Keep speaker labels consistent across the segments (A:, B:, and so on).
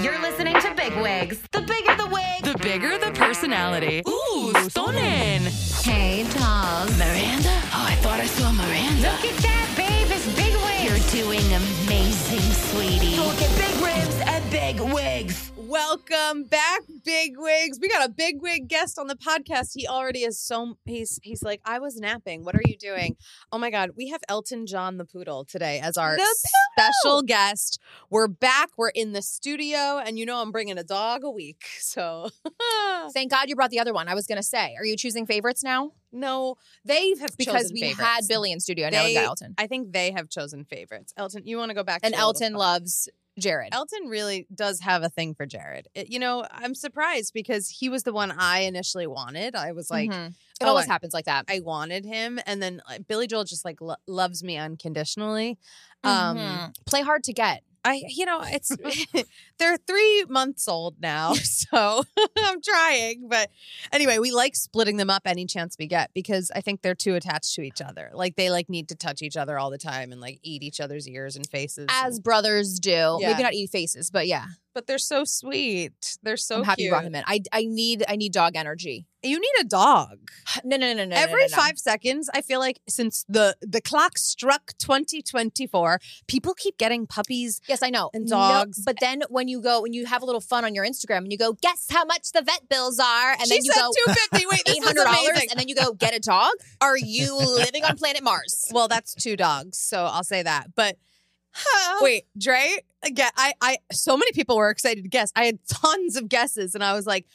A: You're listening to Big Wigs. The bigger the wig.
B: The bigger the personality. Ooh, stunning.
A: Hey, dolls.
B: Miranda? Oh, I thought I saw Miranda.
A: Look at that, babe. It's Big Wigs.
B: You're doing amazing, sweetie.
A: Look at big ribs and big wigs.
C: Welcome back, big wigs. We got a big wig guest on the podcast. He already is so he's he's like, I was napping. What are you doing? Oh my god, we have Elton John the poodle today as our
B: The poodle!
C: special guest. We're back. We're in the studio, and you know I'm bringing a dog a week. So
D: Thank God you brought the other one. I was gonna say, are you choosing favorites now?
C: no, they have
D: Because
C: chosen
D: we
C: favorites.
D: had Billy in studio, now we
C: They-
D: got Elton,
C: I think they have chosen favorites. Elton, you want to go back?
D: and
C: to your little
D: Elton
C: spot?
D: loves Jared.
A: Mm-hmm.
C: Elton really does have a thing for Jared. It- you know, I'm surprised because he was the one I initially wanted. I was like,
D: Mhm. it
C: oh,
D: always
C: I-
D: happens like that.
C: I wanted him, and then like, Billy Joel just like lo- loves me unconditionally. Um,
A: Mm-hmm.
D: Um, play hard to get.
C: I, you know, it's they're three months old now, so I'm trying. But anyway, we like splitting them up any chance we get because I think they're too attached to each other. Like they like need to touch each other all the time and like eat each other's ears and faces.
D: As brothers do,
C: Yeah.
D: maybe not eat faces, but yeah,
C: but they're so sweet. They're so
D: I'm happy you
C: cute.
D: brought him in. I, I need I need dog energy.
C: You need a dog.
D: No no no no. no,
C: Every
D: no, no.
C: five seconds, I feel like since the the clock struck 2024, people keep getting puppies.
D: Yes, I know.
C: and
D: No,
C: dogs.
D: but then when you go when you have a little fun on your Instagram and you go, guess how much the vet bills are, and
C: she
D: then you
C: said
D: go
C: 250. Wait, this
D: eight
C: is
D: hundred dollars,
C: amazing.
D: and then you go get a dog. Are you living on planet Mars?
C: Well, that's two dogs, so I'll say that. But
D: Oh.
C: wait, Dre, again, I, I, so many people were excited to guess. I had tons of guesses, and I was like,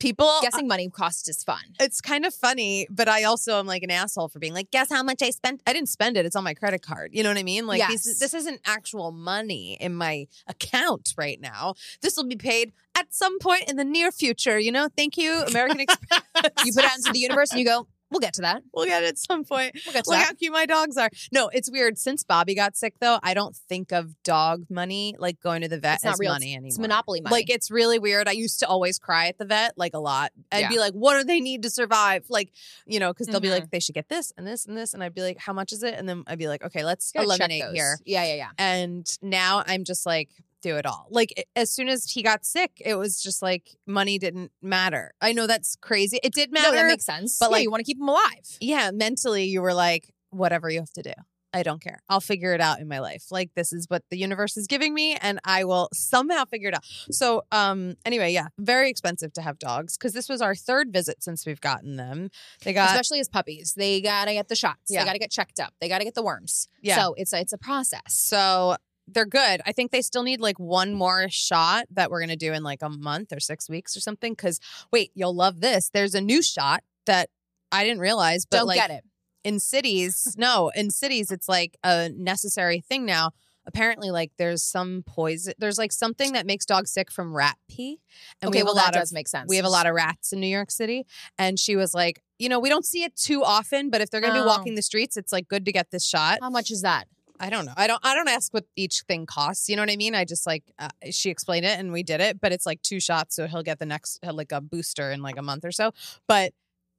C: people.
D: Guessing money cost is fun.
C: it's kind of funny, but I also am like an asshole for being like, guess how much I spent? I didn't spend it. It's on my credit card. You know what I mean? Like, this,
D: Yes.
C: this isn't actual money in my account right now. This will be paid at some point in the near future. You know, thank you, American Express.
D: You put it out into the universe and you go, we'll get to that.
C: we'll get it at some point.
D: We'll get to
C: Look
D: that.
C: how cute my dogs are. No, it's weird. Since Bobby got sick, though, I don't think of dog money like going to the vet
D: It's not
C: as
D: real.
C: money anymore.
D: It's monopoly money.
C: Like it's really weird. I used to always cry at the vet, like a lot. I'd
D: Yeah.
C: be like, "What do they need to survive?" Like, you know, because they'll be
D: Mhm.
C: like, "They should get this and this and this," and I'd be like, "How much is it?" And then I'd be like, "Okay, let's
D: Gotta check
C: eliminate
D: those.
C: here."
D: Yeah, yeah, yeah.
C: And now I'm just like, do it all. Like i- as soon as he got sick, it was just like money didn't matter. I know that's crazy. It did matter.
D: No, that makes sense.
C: but,
D: But like,
C: like-
D: you want to keep them alive.
C: yeah, mentally you were like, whatever you have to do. I don't care. I'll figure it out in my life. Like this is what the universe is giving me and I will somehow figure it out. So um anyway, yeah, very expensive to have dogs cuz this was our third visit since we've gotten them. They got
D: Especially as puppies, they gotta get the shots.
C: Yeah.
D: They gotta get checked up. They gotta get the worms.
C: Yeah.
D: So it's a, it's a process.
C: so they're good. I think they still need like one more shot that we're going to do in like a month or 6 weeks or something cuz wait, you'll love this. There's a new shot that I didn't realize but
D: Don't
C: like
D: get it.
C: in cities no in cities it's like a necessary thing now apparently like there's some poison there's like something that makes dogs sick from rat pee and we
D: Okay,
C: have
D: well
C: a lot
D: that
C: of
D: does make sense.
C: we have a lot of rats in new york city and she was like you know we don't see it too often but if they're going to
D: Oh.
C: be walking the streets it's like good to get this shot
D: How much is that?
C: i don't know i don't i don't ask what each thing costs you know what i mean i just like uh, she explained it and we did it but it's like two shots so he'll get the next he'll, like a booster in like a month or so but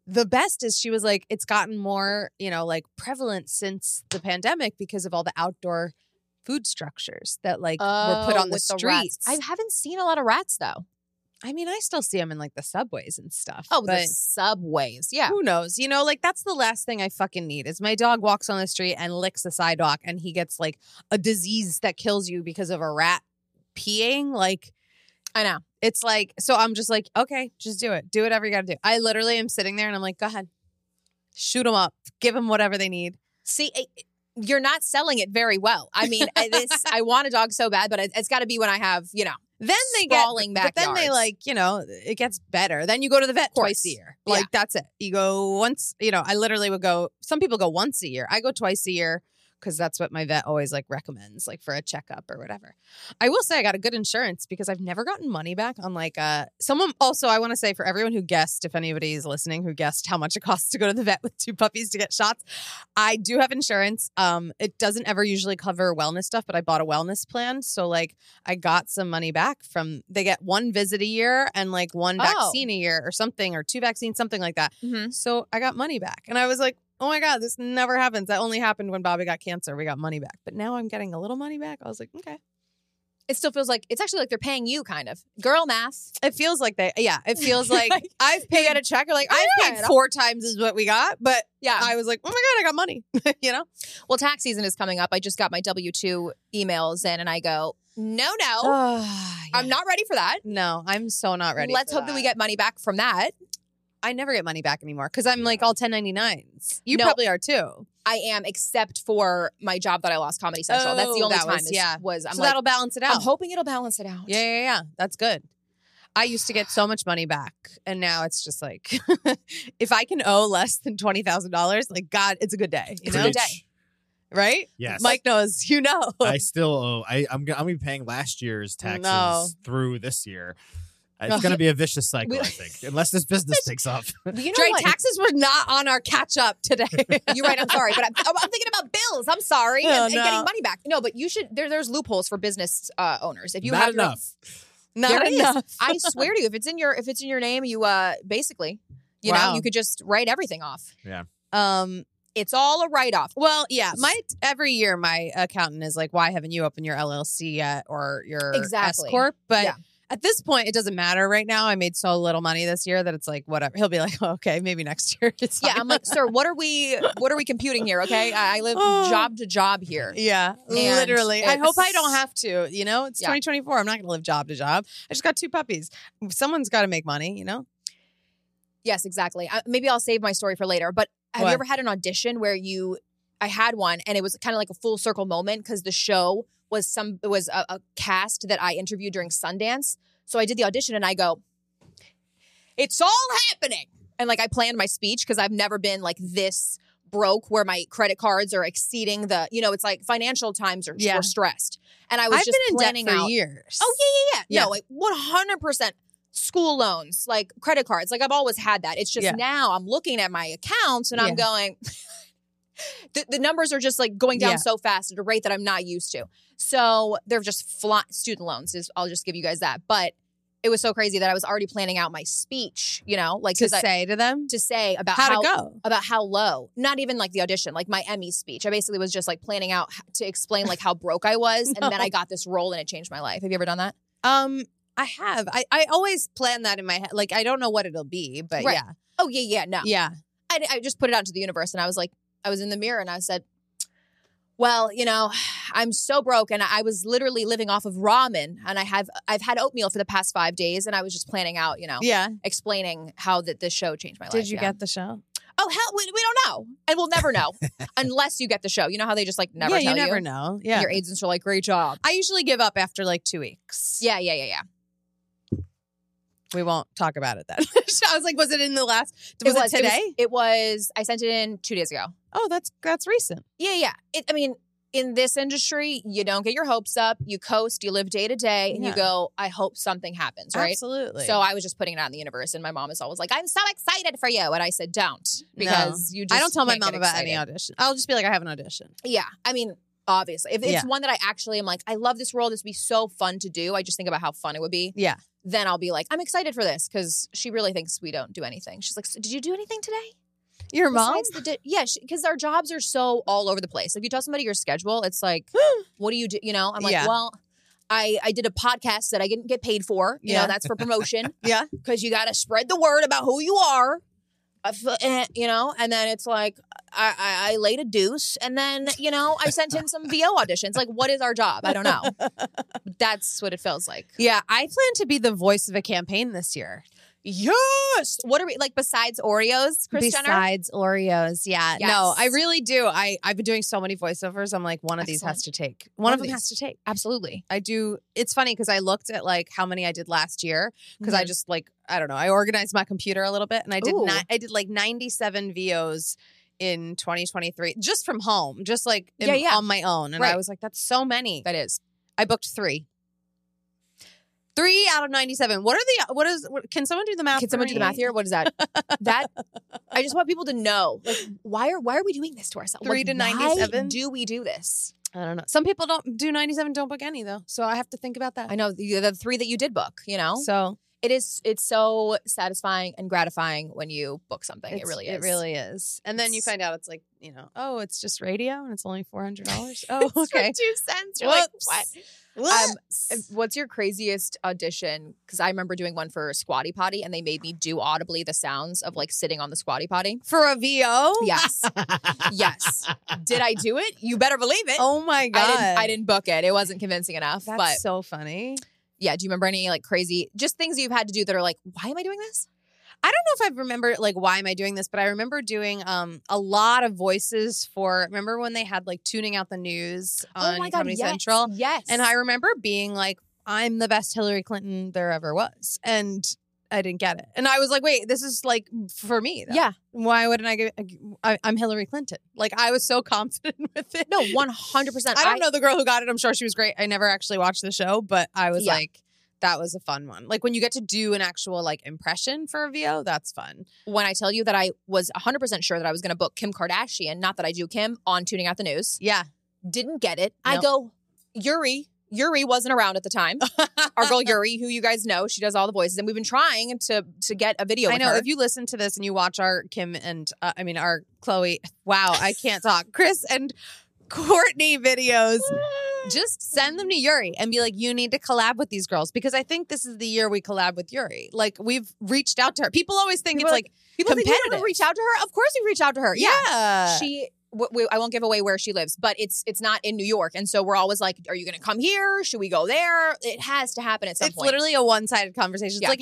C: the best is she was like it's gotten more you know like prevalent since the pandemic because of all the outdoor food structures that like were put
D: Oh,
C: on the
D: with rats.
C: streets
D: I haven't seen a lot of rats though.
C: I, mean i still see them in like the subways and stuff
D: Oh,
C: but
D: the subways. Yeah.
C: who knows you know like that's the last thing i fucking need is my dog walks on the street and licks the sidewalk and he gets like a disease that kills you because of a rat peeing like
D: I know.
C: it's like so i'm just like okay just do it do whatever you gotta do i literally am sitting there and i'm like go ahead shoot them up give them whatever they need
D: See, I- you're not selling it very well. I mean, I- this I want a dog so bad, but it, it's got to be when I have, you know,
C: then they get
D: sprawling
C: but then they
D: backyards.
C: like you know it gets better then you go to the vet twice
D: Course.
C: a year
D: Yeah.
C: like that's it you go once you know i literally would go some people go once a year i go twice a year because that's what my vet always like recommends like for a checkup or whatever i will say i got a good insurance because i've never gotten money back on like uh someone also i want to say for everyone who guessed if anybody is listening who guessed how much it costs to go to the vet with two puppies to get shots i do have insurance um it doesn't ever usually cover wellness stuff but i bought a wellness plan so like I got some money back from they get one visit a year and like one
D: Oh.
C: vaccine a year or something or two vaccines something like that.
D: Mm-hmm.
C: So I got money back and I was like, "Oh my god, this never happens. That only happened when Bobby got cancer. We got money back." But now I'm getting a little money back. I was like, "Okay."
D: it still feels like it's actually like they're paying you, kind of. Girl math.
C: It feels like they, yeah, it feels like,
D: Like,
C: I've paid at a check. Or like I've paid
D: Yeah.
C: four times is what we got, but
D: Yeah.
C: I was like, oh my god, I got money. you know,
D: Well, tax season is coming up. I just got my W two emails in, and I go, no, no,
C: I'm
D: I'm
C: not.
D: not ready for that.
C: No, I'm so not Oh, ready.
D: Let's
C: for
D: hope that. we get money back from that.
C: I never get money back anymore because I'm like all 1099s. You
D: No.
C: probably are too.
D: I am, except for my job that I lost Comedy Central. That's the
C: Oh,
D: only
C: that
D: time.
C: was-
D: is-
C: yeah.
D: was I'm
C: so
D: like,
C: that'll balance it out.
D: I'm hoping it'll balance it out.
C: Yeah, yeah, yeah. That's good. I used to get so much money back, and now it's just like, if I can owe less than twenty thousand dollars, like God, it's a good day. You
D: It's
C: know,
D: a good day.
C: right?
E: Yes.
C: Mike knows. You know.
E: I still owe. I, I'm gonna. I'm gonna be paying last year's taxes
C: No.
E: through this year. Uh,
C: No.
E: It's gonna be a vicious cycle,
C: We-
E: I think, unless this business takes off.
D: You know
C: Dre,
D: what?
C: taxes were not on our catch up today.
D: You're right. I'm sorry, but I'm, I'm- I'm thinking about bills. I'm sorry.
C: Oh,
D: and, and
C: no.
D: getting money back. No, but you should. There, there's loopholes for business uh, owners. If you
E: Not
D: have your-
E: enough.
C: not
D: There it is.
C: enough.
D: I swear to you, if it's in your if it's in your name, you uh basically, you
C: Wow.
D: know, you could just write everything off.
C: Um.
D: It's all a write off.
C: Well, yeah. My every year, my accountant is like, "Why haven't you opened your LLC yet or your
D: Exactly.
C: S corp?" But
D: Yeah.
C: at this point, it doesn't matter. Right now, I made so little money this year that it's like whatever. He'll be like, oh, "Okay, maybe next year." It's
D: Yeah,
C: fine."
D: I'm like, sir, what are we what are we computing here? Okay, I I live
C: Oh.
D: job to job here.
C: Yeah,
D: And
C: literally. I hope I
D: it's-
C: don't have to. You know, it's
D: Yeah.
C: 2024. I'm not going to live job to job. I just got two puppies. Someone's got to make money. You know,
D: Yes, exactly. I, maybe I'll save my story for later. But have
C: What?
D: you ever had an audition where you? I had one, and it was kind of like a full circle moment because the show was some it was a, a cast that I interviewed during Sundance. So I did the audition, and I go, "It's all happening!" And like I planned my speech because I've never been like this broke where my credit cards are exceeding the you know it's like financial times are
C: Yeah.
D: were stressed, and I was
C: I've
D: just
C: been in
D: planning
C: debt for
D: out.
C: years.
D: Oh yeah, yeah, yeah.
C: Yeah.
D: No, like one hundred percent school loans, like credit cards. Like I've always had that. It's just
C: Yeah.
D: now I'm looking at my accounts and
C: Yeah.
D: I'm going. the, the numbers are just like going down
C: Yeah.
D: so fast at a rate that I'm not used to. So they're just fly, student loans. Is I'll just give you guys that, but. It was so crazy that I was already planning out my speech, you know, like
C: to
D: 'cause I-
C: say to them
D: to say about
C: how,
D: how
C: to go.
D: about how low, not even like the audition, like my Emmy speech. I basically was just like planning out h- to explain like how broke I was, and then I got this role and it changed my life. Have you ever done that?
C: Um, I have. I I always plan that in my head. Like I don't know what it'll be, but
D: Right.
C: Uh, yeah,
D: Oh yeah, yeah, no.
C: yeah.
D: I, I just put it out into the universe, and I was like, I was in the mirror, and I said, "Well, you know, I'm so broke, and I was literally living off of ramen, and I have I've had oatmeal for the past five days, and I was just planning out, you know,
C: Yeah.
D: explaining how that this show changed my life.
C: Did you
D: yeah.
C: get the show?
D: Oh hell, we, we don't know, and we'll never know unless you get the show. You know how they just like never
C: yeah,
D: tell
C: you never know.
D: And
C: Yeah.
D: Your agents are like, "Great job."
C: I usually give up after like two weeks.
D: Yeah, yeah, yeah, yeah.
C: We won't talk about it then. I was like, was it in the last? Was it, today?
D: It was. I sent it in two days ago.
C: oh, that's that's recent.
D: Yeah, yeah. It, I mean, in this industry, you don't get your hopes up. You coast, you live day to day, and
C: Yeah.
D: you go, I hope something happens, right?
C: Absolutely.
D: So I was just putting it out in the universe, and my mom is always like, I'm so excited for you. And I said, Don't, because you just.
C: I don't tell my
D: can't
C: mom
D: get
C: about any
D: excited.
C: audition. I'll just be like, I have an audition.
D: Yeah. I mean, obviously, if it's
C: Yeah.
D: one that I actually am like, I love this role, this would be so fun to do. I just think about how fun it would be.
C: Yeah.
D: Then I'll be like, I'm excited for this because she really thinks we don't do anything. She's like, so Did you do anything today?
C: Your
D: Besides the di- yeah, because our jobs are so all over the place. If you tell somebody your schedule, it's like, what do you do? You know, I'm like,
C: Yeah.
D: well, I I did a podcast that I didn't get paid for. You
C: Yeah.
D: know, that's for promotion.
C: Yeah.
D: because you got to spread the word about who you are. I f- eh, You know, and then it's like I, I I laid a deuce, and then you know I sent in some VO auditions. Like, what is our job? I don't know. That's what it feels like.
C: Yeah, I plan to be the voice of a campaign this year.
D: Yes. What are we like besides Oreos, Chris Jenner?
C: Besides Oreos, yeah, no,
D: Yes.
C: I really do. I I've been doing so many voiceovers. I'm like, one of these has to take. One, of them has to take.
D: Absolutely.
C: I do. It's funny because I looked at like how many I did last year because I
D: Mhm.
C: just like I don't know. I organized my computer a little bit and I did
D: Ooh.
C: not. I did like 97 VOs in 2023 just from home, just like in-
D: Yeah, yeah.
C: on my own. And I
D: Right.
C: was like, that's so many.
D: That is.
C: I booked three. Three out of ninety-seven. What are the? What is? What, can someone do the math?
D: Can
C: for
D: someone do the
C: me?
D: math here? What is that? that I just want people to know, like, why are why are we doing this to ourselves?
C: Three
D: Like,
C: to
D: why
C: 97?
D: Do we do this?
C: I don't know. Some people don't do ninety-seven. Don't book any though, so I have to think about that.
D: I know the, the three that you did book. You know,
C: So
D: it is it's so satisfying and gratifying when you book something. it
C: It's-
D: really is.
C: It really is. And then you
D: It's-
C: find out it's like, you know, oh, it's just radio and it's only four hundred dollars. Oh, okay.
D: Two cents. You're
C: Whoops.
D: like,
C: Whoops.
D: what? Um, what's your craziest audition? Because I remember doing one for Squatty Potty, and they made me do audibly the sounds of like sitting on the Squatty Potty.
C: for a VO?
D: Yes, yes. Did I do it? You better believe it.
C: Oh my god.
D: I didn't, I didn't book it. It wasn't convincing enough.
C: That's
D: but
C: so funny.
D: yeah, do you remember any like crazy, just things you've had to do that are like, why am I doing this?
C: I don't know if I remember like why am I doing this, but I remember doing um a lot of voices for remember when they had like tuning out the news on Comedy
D: Oh yes,
C: Central?
D: Yes.
C: And I remember being like, I'm the best Hillary Clinton there ever was. And I didn't get it. And I was like, wait, this is like for me. though.
D: Yeah.
C: Why wouldn't I get, I, I'm Hillary Clinton. Like I was so confident with it.
D: no, 100%.
C: I don't know the girl who got it. I'm sure she was great. I never actually watched the show, but I was
D: Yeah.
C: like, that was a fun one. Like when you get to do an actual like impression for a VO, that's fun.
D: when I tell you that I was 100% sure that I was going to book Kim Kardashian, not that I do Kim, on Tuning Out the News.
C: Yeah.
D: Didn't get it. I
C: No.
D: go, Yuri. Yuri wasn't around at the time. Our girl Yuri, who you guys know, she does all the voices, and we've been trying to to get a video.
C: I
D: with
C: know.
D: her.
C: If you listen to this and you watch our Kim and uh, I mean our Chloe, wow, I can't talk. Chris and Courtney videos. Just send them to Yuri and be like, you need to collab with these girls because I think this is the year we collab with Yuri. Like we've reached out to her. People always think
D: People
C: it's
D: are
C: like,
D: people think we haven't
C: competitive.
D: reached out to her, of course we reached out to her. Yeah,
C: yeah,
D: she w- w- I won't give away where she lives, but it's it's not in New York, and so we're always like, "Are you going to come here? Should we go there?" It has to happen at some
C: it's
D: point.
C: literally a one-sided conversation. It's
D: Yeah.
C: like,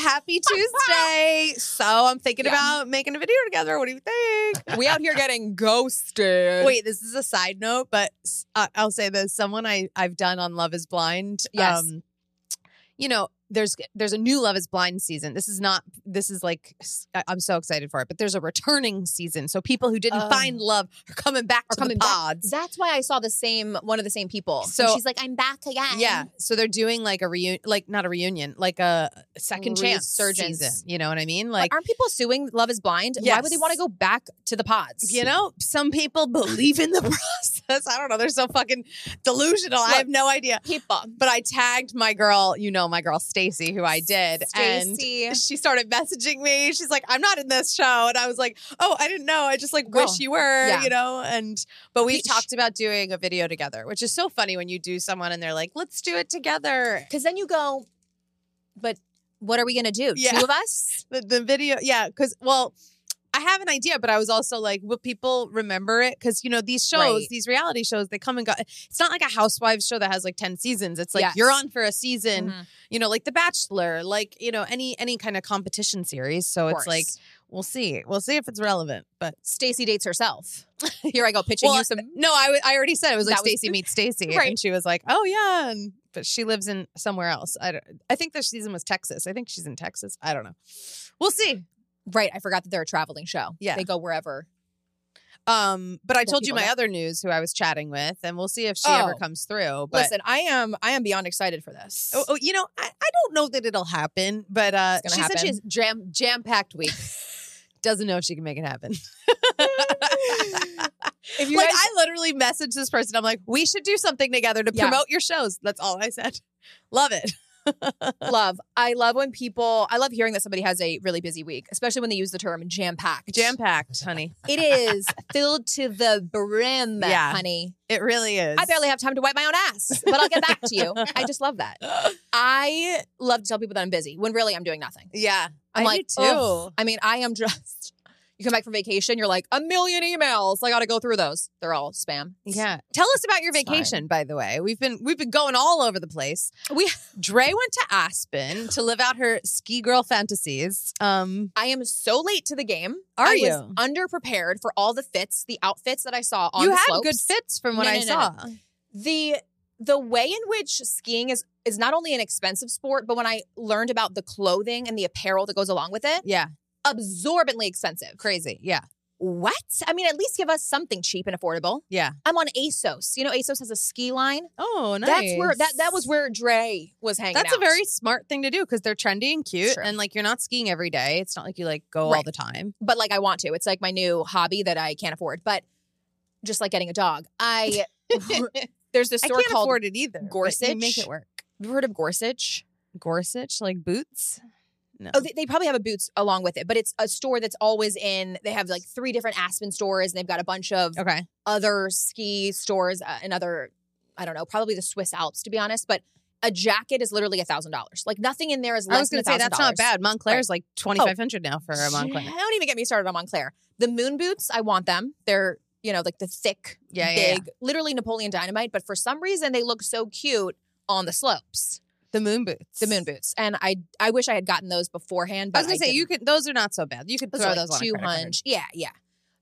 C: happy Tuesday. so I'm thinking
D: Yeah.
C: about making a video together. What do you think?
D: we out here getting ghosted.
C: Wait, this is a side note, but s- I- I'll say this: someone I I've done on Love Is Blind. um,
D: Yes.
C: you know, there's there's a new Love Is Blind season. This is not. This is like s- I- I'm so excited for it. But there's a returning season, so people who didn't
D: Oh.
C: find love are coming back
D: Are
C: to
D: coming
C: the
D: back.
C: pods.
D: That's why I saw the same one of the same people. And
C: So-
D: she's like, "I'm back again."
C: Yeah, so they're doing like a reunion, like not a reunion, like a second chance
D: Resurgence.
C: season. You know what I mean?
D: Like,
C: Like,
D: aren't people suing Love Is Blind? Why would they
C: Yes.
D: want to go back to the pods?
C: you know, some people believe in the process. I don't know. They're so fucking delusional. I
D: Look,
C: have no idea.
D: people.
C: but I tagged my girl, you know, my girl Stacy, who I did,
D: Stacy.
C: and she started messaging me. She's like, "I'm not in this show," and I was like, "Oh, I didn't know. I just like
D: Girl.
C: wish you were,
D: Oh, Yeah.
C: you know." And but we
D: Peach.
C: talked about doing a video together, which is so funny when you do someone and they're like, "Let's do it together."
D: Because then you go, but what are we going to do?
C: Yeah.
D: Two of us?
C: The, the video, yeah, because well. I have an idea, but I was also like, will people remember it? Because you know these shows,
D: Right.
C: these reality shows, they come and go. It's not like a Housewives show that has like ten seasons. It's like
D: Yes.
C: you're on for a season,
D: Mm-hmm.
C: you know, like The Bachelor, like you know, any any kind of competition series. So it's like we'll see, we'll see if it's relevant. But
D: Stacy dates herself. Here I go pitching
C: Well,
D: you some.
C: no, I, w- I already said it was like
D: That was-
C: Stacy meets Stacy,
D: Right.
C: and she was like, oh yeah, and, but she lives in somewhere else. I don't, I think the season was Texas. I think she's in Texas. I don't know. We'll see.
D: Right, I forgot that they're a traveling show.
C: Yeah.
D: they go wherever.
C: Um, but I
D: Let
C: told you
D: people
C: my
D: know.
C: other news who I was chatting with, and we'll see if she ever
D: Oh.
C: comes through. But
D: Listen, I am I am beyond excited for this.
C: Oh, oh, you know, I, I don't know that it'll happen, but uh,
D: It's
C: she
D: gonna
C: said
D: happen.
C: she's jam jam packed week. Doesn't know if she can make it happen.
D: If you
C: like
D: guys-
C: I literally messaged this person. I'm like, we should do something together to
D: Yeah.
C: promote your shows. That's all I said. Love it.
D: love. I love when people. I love hearing that somebody has a really busy week, especially when they use the term jam packed.
C: Jam packed, honey.
D: It is filled to the brim,
C: Yeah.
D: honey.
C: It really is.
D: I barely have time to wipe my own ass, but I'll get back to you. I just love that. I love to tell people that I'm busy when really I'm doing nothing.
C: Yeah,
D: I'm
C: I
D: like,
C: do
D: "Ugh." I mean, I am just. You come back from vacation, you're like a million emails. I got to go through those. They're all spam.
C: Yeah. Tell us about your
D: It's fine.
C: vacation, by the way. We've been we've been going all over the place.
D: We-
C: Dre went to Aspen to live out her ski girl fantasies. Um,
D: I am so late to the game.
C: Are
D: I
C: you?
D: Was underprepared for all the fits, the outfits that I saw on
C: you
D: the
C: had
D: slopes.
C: good fits from what
D: No,
C: I
D: no, no,
C: saw.
D: no. the the way in which skiing is is not only an expensive sport, but when I learned about the clothing and the apparel that goes along with it,
C: Yeah,
D: absorbently expensive.
C: crazy. Yeah,
D: What? I mean, at least give us something cheap and affordable.
C: yeah.
D: I'm on ASOS. You know, ASOS has a ski line.
C: Oh, nice.
D: That's where that that was where Dre was hanging.
C: That's
D: out.
C: a very smart thing to do because they're trendy and cute,
D: True.
C: and like you're not skiing every day. It's not like you like go all
D: Right.
C: the time.
D: but like I want to. It's like my new hobby that I can't afford. But just like getting a dog, I there's this
C: I
D: store
C: can't
D: called
C: afford it either. but you
D: Gorsuch.
C: make it work.
D: Have you heard of Gorsuch?
C: Gorsuch, like boots. No.
D: Oh, they, they probably have a Boots along with it, but it's a store that's always in. They have like three different Aspen stores, and they've got a bunch of
C: okay.
D: other ski stores uh, and other, I don't know, probably the Swiss Alps to be honest. But a jacket is literally a thousand dollars. Like Oh. nothing in there is. Less
C: I was
D: going to
C: say that's not bad. Montclair's like twenty five hundred now for a Montclair.
D: Don't even get me started on Montclair. The moon boots, I want them. They're you know like the thick,
C: Yeah, yeah, yeah.
D: big, literally Napoleon Dynamite. But for some reason, they look so cute on the slopes.
C: The moon boots.
D: The moon boots, and I I wish I had gotten those beforehand.
C: I
D: But
C: was gonna say
D: didn't.
C: you could. Those are not so bad. You could
D: Those
C: throw
D: are
C: those
D: like
C: on a
D: two
C: credit card.
D: hunch. Yeah, yeah.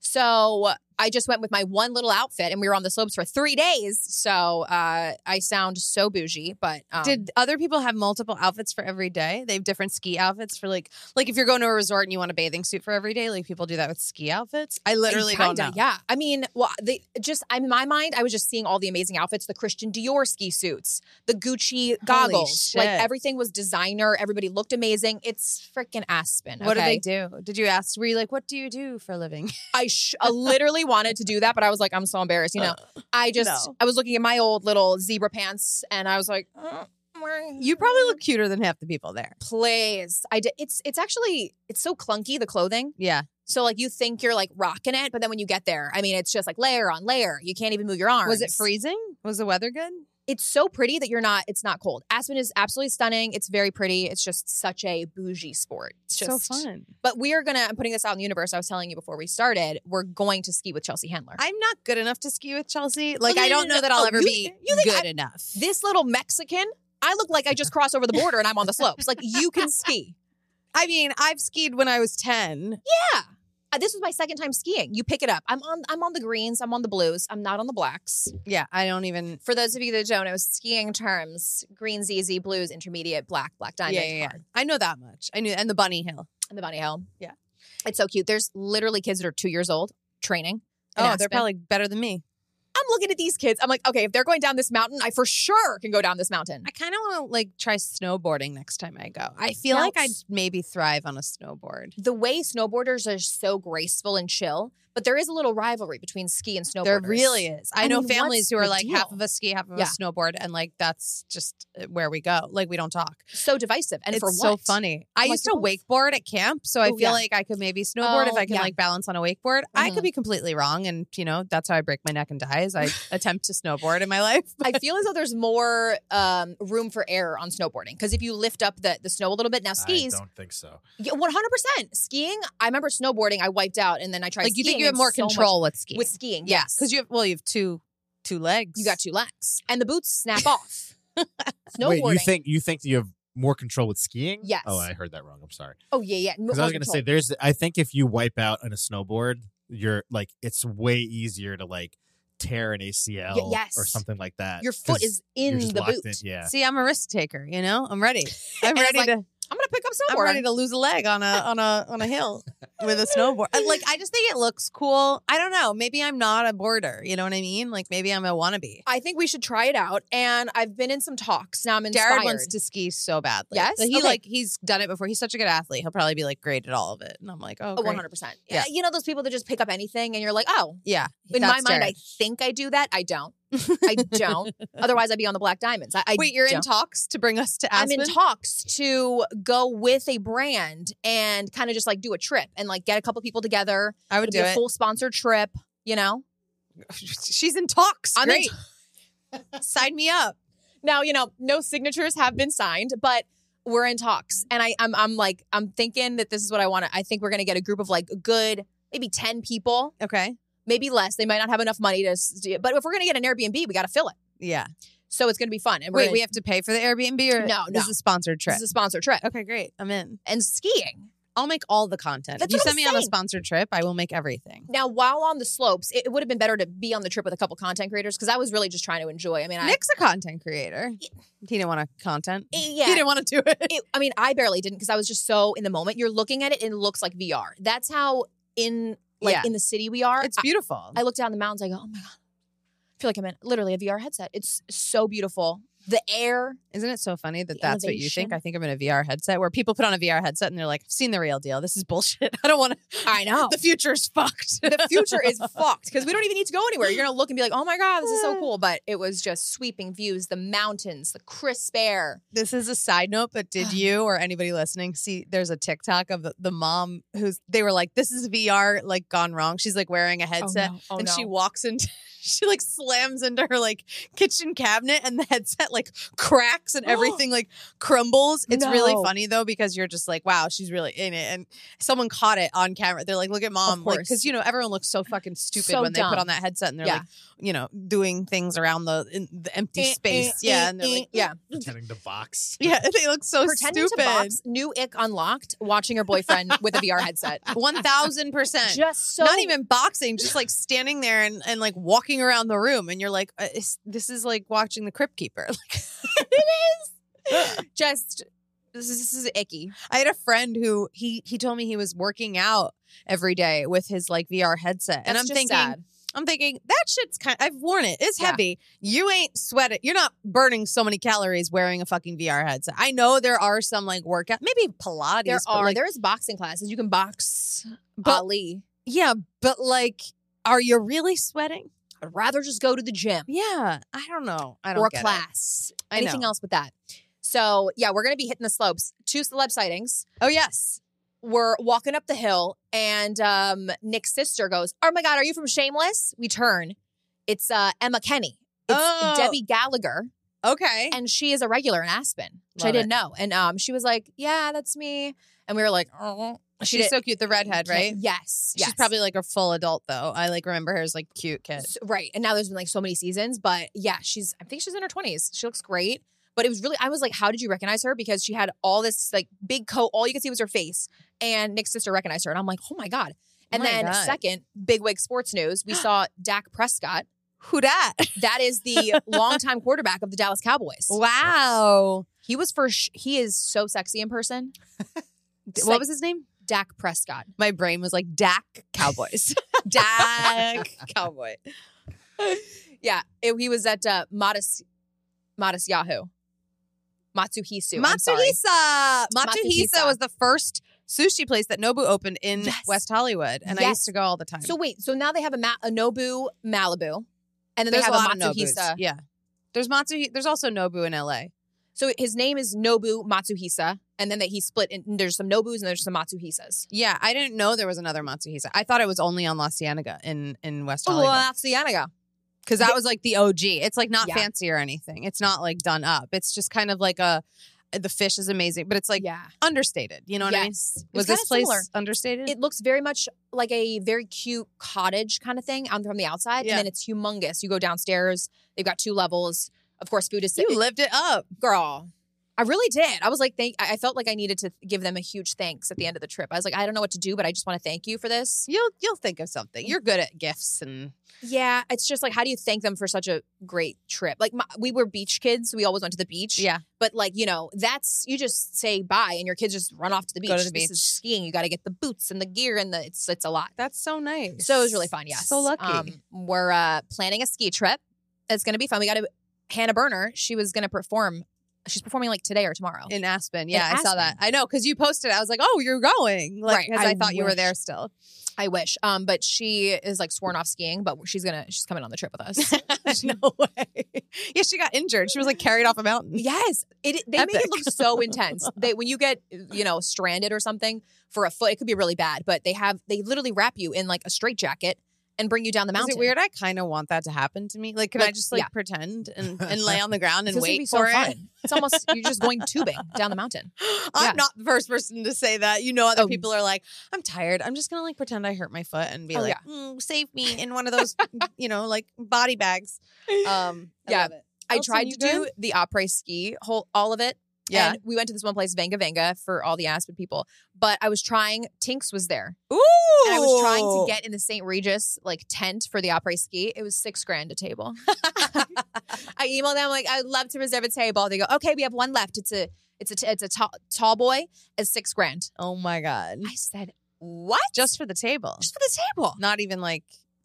D: So I just went with my one little outfit, and we were on the slopes for three days. So uh, I sound so bougie, but um,
C: Did other people have multiple outfits for every day? They have different ski outfits for like, like if you're going to a resort and you want a bathing suit for every day, like people do that with ski outfits. I literally
D: kinda,
C: don't know.
D: Yeah, I mean, well, they just in my mind, I was just seeing all the amazing outfits: the Christian Dior ski suits, the Gucci goggles. Like
C: shit.
D: everything was designer. Everybody looked amazing. It's freaking Aspen.
C: What do
D: okay?
C: they do? Did you ask? Were you like, what do you do for a living?
D: I, sh- I literally wanted to do that, but I was like, I'm so embarrassed. You know, I just
C: Uh, no.
D: I was looking at my old little zebra pants, and I was like, "Uh, I'm wearing
C: You probably look cuter than half the people there.
D: plays. I did. It's it's actually it's so clunky the clothing.
C: Yeah.
D: So like you think you're like rocking it, but then when you get there, I mean, it's just like layer on layer. You can't even move your arms.
C: Was it freezing? Was the weather good?
D: It's so pretty that you're not. It's not cold. Aspen is absolutely stunning. It's very pretty. It's just such a bougie sport. It's just,
C: so fun.
D: But we are gonna. I'm putting this out in the universe. I was telling you before we started. We're going to ski with Chelsea Handler.
C: I'm not good enough to ski with Chelsea. Like
D: no,
C: I
D: no,
C: don't
D: no,
C: know that
D: no.
C: I'll
D: Oh,
C: ever
D: you
C: be
D: thi- you think
C: good
D: I-
C: enough.
D: this little Mexican. I look like I just crossed over the border and I'm on the slopes. Like you can ski.
C: I mean, I've skied when I was ten.
D: Uh, This was my second time skiing. You pick it up. I'm on. I'm on the greens. I'm on the blues. I'm not on the blacks.
C: Yeah, I don't even.
D: For those of you that don't know, skiing terms: greens easy, blues intermediate, black, black diamond,
C: yeah, yeah, yeah.
D: hard.
C: I know that much. I knew, and the bunny hill.
D: and the bunny hill.
C: Yeah.
D: it's so cute. There's literally kids that are two years old training. in
C: Oh,
D: Aspen.
C: they're probably better than me.
D: I'm looking at these kids. I'm like, okay, if they're going down this mountain, I for sure can go down this mountain.
C: I kind of want to like try snowboarding next time I go. I feel
D: Now
C: like I'd
D: s-
C: maybe thrive on a snowboard.
D: The way snowboarders are so graceful and chill, but there is a little rivalry between ski and snowboarders.
C: There really is. I,
D: I
C: know
D: mean, what's
C: families who are
D: the
C: like half
D: deal?
C: of us ski, half of
D: Yeah.
C: us snowboard, and like that's just uh, where we go. Like we don't talk.
D: so divisive, and
C: it's
D: for
C: so
D: what?
C: funny. I
D: I'm like,
C: used
D: "You're
C: to wakeboard at camp, so I
D: Oh,
C: feel
D: yeah.
C: like I could maybe snowboard if
D: Oh,
C: I can
D: yeah.
C: like balance on a wakeboard. I
D: Mhm.
C: could be completely wrong, and you know that's how I break my neck and die. Is I attempt to snowboard in my life.
D: I feel as though there's more um, room for error on snowboarding because if you lift up the, the snow a little bit, now skis,
E: I don't think so.
D: one hundred percent skiing. I remember snowboarding. I wiped out, and then I tried.
C: Like you
D: skiing,
C: think you have
D: and
C: more
D: so much-
C: control with skiing?
D: with skiing?
C: yeah,
D: Yes,
C: because you have well, you have two two legs.
D: you got two legs, and the boots snap off. Snowboarding.
E: Wait, you think you think that you have more control with skiing?
D: Yes.
E: Oh, I heard that wrong. I'm sorry.
D: oh yeah, yeah.
E: Because I was going to say, there's. I think if you wipe out on a snowboard, you're like, it's way easier to like tear an ACL
D: yes.
E: or something like that.
D: your foot
E: 'cause
D: is
E: you're
D: in
E: just
D: the
E: locked
D: boot.
E: in. Yeah.
C: See, I'm a risk taker. You know, I'm ready. I'm
D: And it's
C: ready
D: like,
C: to.
D: I'm gonna pick up
C: I'm
D: snowboarding.
C: ready to lose a leg on a on a on a hill with a snowboard. I- Like I just think it looks cool. I don't know. Maybe I'm not a boarder. You know what I mean? Like maybe I'm a wannabe.
D: I think we should try it out, and I've been in some talks. Now I'm inspired.
C: Jared wants to ski so badly.
D: Yes?
C: But he
D: Okay.
C: like he's done it before. He's such a good athlete. He'll probably be like great at all of it. And I'm like, oh,
D: Oh,
C: great.
D: 100%. Yeah.
C: Yeah.
D: You know those people that just pick up anything and you're like, oh,
C: yeah.
D: in my
C: that's
D: mind, I
C: Jared.
D: think I do that. I don't. I don't. Otherwise, I'd be on the Black Diamonds. I, I
C: wait, you're in
D: don't.
C: talks to bring us to
D: I'm
C: Aspen.
D: in talks to go with a brand and kind of just like do a trip and like get a couple people together.
C: I would
D: It'll
C: do
D: be a
C: it.
D: full sponsored trip. You know,
C: She's in talks.
D: I'm in
C: great. Sign me up.
D: now you know no signatures have been signed, but we're in talks, and I, I'm I'm like I'm thinking that this is what I want to. I think we're gonna get a group of like a good maybe ten people,
C: Okay.
D: maybe less. They might not have enough money to, s- do it. but if we're gonna get an Airbnb, we gotta fill it.
C: Yeah.
D: So it's gonna be fun. And we're
C: Wait,
D: gonna-
C: we have to pay for the Airbnb or
D: No,
C: This
D: no.
C: is a sponsored trip.
D: this is a sponsored trip
C: okay, great. I'm in.
D: and skiing.
C: I'll make all the content.
D: That's
C: if you
D: what
C: send
D: I'm
C: me on a
D: saying.
C: sponsored trip, I will make everything.
D: Now, while on the slopes, it, would have been better to be on the trip with a couple content creators because I was really just trying to enjoy. I mean, I,
C: Nick's a content creator. He didn't want to content.
D: Eh,
C: He
D: yeah,
C: didn't want to do it.
D: it, I mean, I barely didn't because I was just so in the moment. You're looking at it and it looks like VR. That's how in like
C: Yeah.
D: in the city we are.
C: It's
D: I-
C: beautiful.
D: I, look down the mountains. I go, oh my god, I feel like I'm in literally a VR headset. It's so beautiful. the air.
C: Isn't it so funny that that's what you think? I think I'm in a VR headset where people put on a VR headset and they're like, I've seen the real deal. This is bullshit. I don't want to.
D: I know.
C: The future's fucked.
D: the future is fucked because we don't even need to go anywhere. You're gonna look and be like, oh my god, this is so cool. But it was just sweeping views, the mountains, the crisp air.
C: this is a side note, but did you or anybody listening see there's a TikTok of the, the mom who's they were like, This is VR like gone wrong. She's like wearing a headset
D: Oh,
C: and she walks into she like slams into her like kitchen cabinet and the headset like cracks and everything like crumbles. It's really
D: No.
C: funny though because you're just like, wow, she's really in it. And someone caught it on camera. They're like, look at mom, like
D: course.
C: because you know everyone looks so fucking stupid
D: So
C: when they put
D: dumb.
C: on that headset and they're
D: Yeah.
C: like, you know, doing things around the in the empty
D: Eh, eh,
C: space.
D: eh,
C: yeah, and they're
D: eh.
C: like,
D: yeah,
E: pretending to box.
C: yeah, they look so
D: pretending
C: Oh, stupid.
D: to box, new ick unlocked, watching her boyfriend with a VR headset.
C: One thousand percent.
D: Just so
C: Not even boxing, just like standing there and, and like walking around the room, and you're like, uh, is- this is like watching the Crypt Keeper.
D: just this is, this is icky.
C: I had a friend who he he told me he was working out every day with his like VR headset, and
D: That's
C: I'm
D: just
C: thinking,
D: sad.
C: I'm thinking that shit's kind. I've worn it. It's
D: Yeah.
C: heavy. You ain't sweating. You're not burning so many calories wearing a fucking VR headset. I know there are some like workout, maybe Pilates.
D: There
C: but,
D: are
C: like,
D: there is boxing classes. You can box
C: But-
D: Ali.
C: yeah, but like, are you really sweating?
D: I'd rather just go to the gym
C: Yeah, I don't know. I don't
D: or
C: get it.
D: class.
C: I
D: Anything
C: know.
D: else but that. So yeah, we're gonna be hitting the slopes. Two celeb sightings.
C: Oh yes,
D: We're walking up the hill, and um, Nick's sister goes, "Oh my god, are you from Shameless?" We turn. It's uh, Emma Kenny. It's
C: Oh.
D: Debbie Gallagher.
C: okay.
D: and she is a regular in Aspen, which I
C: Love
D: didn't know. And um, she was like, "Yeah, that's me," and we were like, "Oh, she
C: She's
D: did-
C: so cute, the redhead, right?
D: Yes, yes,
C: She's probably like a full adult though. I like remember her as like cute kid.
D: S- right." And now there's been like so many seasons, but yeah, she's I think she's in her twenties. She looks great, but it was really I was like, "How did you recognize her?" Because she had all this like big coat, all you could see was her face, and Nick's sister recognized her, and I'm like, "Oh my god." And
C: My
D: then,
C: God.
D: second, big wig sports news. We saw Dak Prescott.
C: who dat?
D: That is the longtime quarterback of the Dallas Cowboys.
C: Wow.
D: He was for. Sh- he is so sexy in person.
C: D-
D: It's
C: What
D: like-
C: was his name?
D: Dak Prescott.
C: My brain was like Dak Cowboys. Dak Cowboy.
D: Yeah, it- he was at uh, Modest Modest Yahoo. Matsuhisu. I'm sorry.
C: Matsuhisa. Matsuhisa
D: Matsuhisa.
C: was the first sushi place that Nobu opened in
D: Yes.
C: West Hollywood. And I
D: Yes.
C: used to go all the time.
D: So wait, so now they have a, Ma- a Nobu Malibu, and then they have a
C: Nobus.
D: Matsuhisa.
C: Yeah. There's Matsuhi there's also Nobu in LA.
D: So his name is Nobu Matsuhisa, and then that he split. And there's some Nobus and there's some Matsuhisas.
C: Yeah, I didn't know there was another Matsuhisa. I thought it was only on La Cienega in, in West
D: Oh,
C: Hollywood.
D: well, Cienega.
C: because that was like the OG. It's like not
D: Yeah.
C: fancy or anything. It's not like done up. It's just kind of like a the fish is amazing, but it's like
D: yeah,
C: understated. You know what I mean?
D: yes. It
C: Was this
D: kinda
C: place
D: similar.
C: understated?
D: It looks very much like a very cute cottage kind of thing on from the outside,
C: Yeah.
D: and then it's humongous. You go downstairs. They've got two levels. Of course, food is
C: you lived it up.
D: girl. I really did. I was like, thank. I I felt like I needed to give them a huge thanks at the end of the trip. I was like, I don't know what to do, but I just want to thank you for this.
C: You'll you'll think of something. You're good at gifts and
D: Yeah, it's just like, how do you thank them for such a great trip? Like, my, we were beach kids. We always went to the beach.
C: Yeah.
D: but like, you know, that's you just say bye, and your kids just run off to the beach.
C: Go to the
D: This
C: beach.
D: is skiing. You got to get the boots and the gear, and the it's it's a lot.
C: that's so nice.
D: So it was really fun. Yes,
C: So lucky.
D: we're uh, planning a ski trip. It's gonna be fun. We got to Hannah Berner. She was gonna perform. She's performing like today or tomorrow.
C: in Aspen, yeah,
D: In
C: I saw that. I know because you posted. I was like, "Oh, you're going!" Like,
D: Right.
C: because I,
D: I
C: thought you were
D: wish.
C: there still.
D: I wish. Um, but she is like sworn off skiing, but she's gonna she's coming on the trip with us.
C: no way. yeah, she got injured. She was like carried off a mountain.
D: yes, it they make
C: Epic.
D: it look so intense. They when you get you know stranded or something for a foot, it could be really bad. But they have they literally wrap you in like a straitjacket and bring you down the mountain.
C: Is it weird? I kind of want that to happen to me. Like, can I
D: Like,
C: just like
D: yeah.
C: pretend and, and lay on the ground and
D: This would
C: wait
D: be so
C: for
D: fun.
C: it?
D: It's almost you're just going tubing down the mountain.
C: I'm
D: Yeah.
C: not the first person to say that. You know, other
D: Oh.
C: people are like, "I'm tired. I'm just gonna like pretend I hurt my foot and be
D: Oh,
C: like, "Mm, save me in one of those, you know, like body bags." Um, I
D: Yeah.
C: love it.
D: I
C: Allison,
D: tried
C: you
D: to do the après ski whole all of it.
C: Yeah.
D: And we went to this one place, Vanga Vanga, for all the Aspen people. But I was trying, Tinks was there.
C: Ooh,
D: and I was trying
C: Oh.
D: to get in the St. Regis like tent for the opera ski. It was six grand a table. I emailed them like, I'd love to reserve a table. They go, okay, we have one left. It's a it's a t- it's a tall, tall boy. It's six grand.
C: Oh my god!
D: I said, what?
C: Just for the table,
D: Just for the table?
C: not even like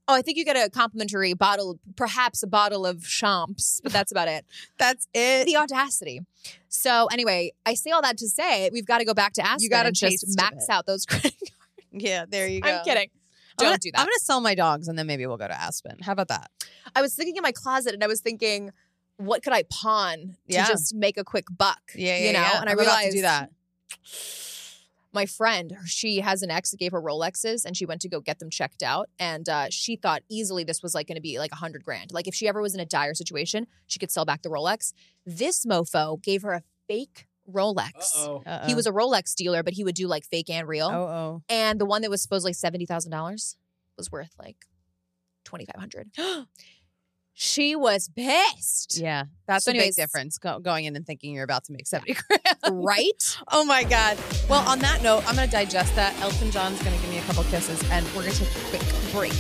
D: Oh, I think you get a complimentary bottle, perhaps a bottle of champs, but that's about it.
C: That's it.
D: the audacity. So anyway, I say all that to say we've got to go back to Aspen.
C: got a
D: and
C: taste of
D: just max
C: it.
D: out those credit cards.
C: Yeah, there you go.
D: I'm kidding.
C: I'm
D: Don't
C: gonna-
D: do that.
C: I'm gonna sell my dogs and then maybe we'll go to Aspen. How about that?
D: I was thinking in my closet and I was thinking, what could I pawn to
C: Yeah.
D: just make a quick buck? you know. And I
C: I'm about
D: realized
C: to do that.
D: my friend, she has an ex that gave her Rolexes and she went to go get them checked out. And uh, she thought easily this was like going to be like a hundred grand. Like if she ever was in a dire situation, she could sell back the Rolex. This mofo gave her a fake Rolex. He was a Rolex dealer, but he would do like fake and real.
C: oh oh.
D: And the one that was supposedly seventy thousand dollars was worth like twenty five hundred. she was pissed,
C: Yeah, that's
D: So
C: a big
D: anyways-
C: difference go- going in and thinking you're about to make seventy grand.
D: right?
C: Oh my god. Well, on that note, I'm gonna digest that. Elton John's gonna give me a couple kisses, and we're gonna take a quick break.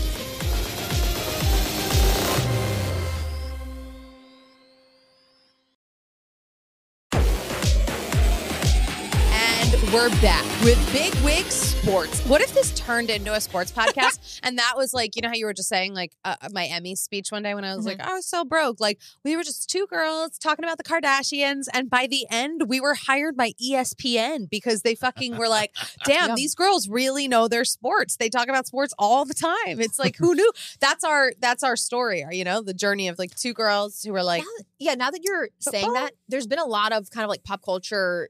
C: And We're back with Big Wig Sports. What if this turned into a sports podcast? and that was like, you know how you were just saying, like, uh, my Emmy speech one day when I was like, "Oh, I was so broke. Like, we were just two girls talking about the Kardashians. And by the end, we were hired by E ESPN because they fucking were like, damn,
D: Yeah.
C: these girls really know their sports. They talk about sports all the time. It's like, who knew? That's our that's our story, you know, the journey of like two girls who were like,
D: Now- yeah. Now that you're saying
C: Football?
D: that, there's been a lot of kind of like pop culture,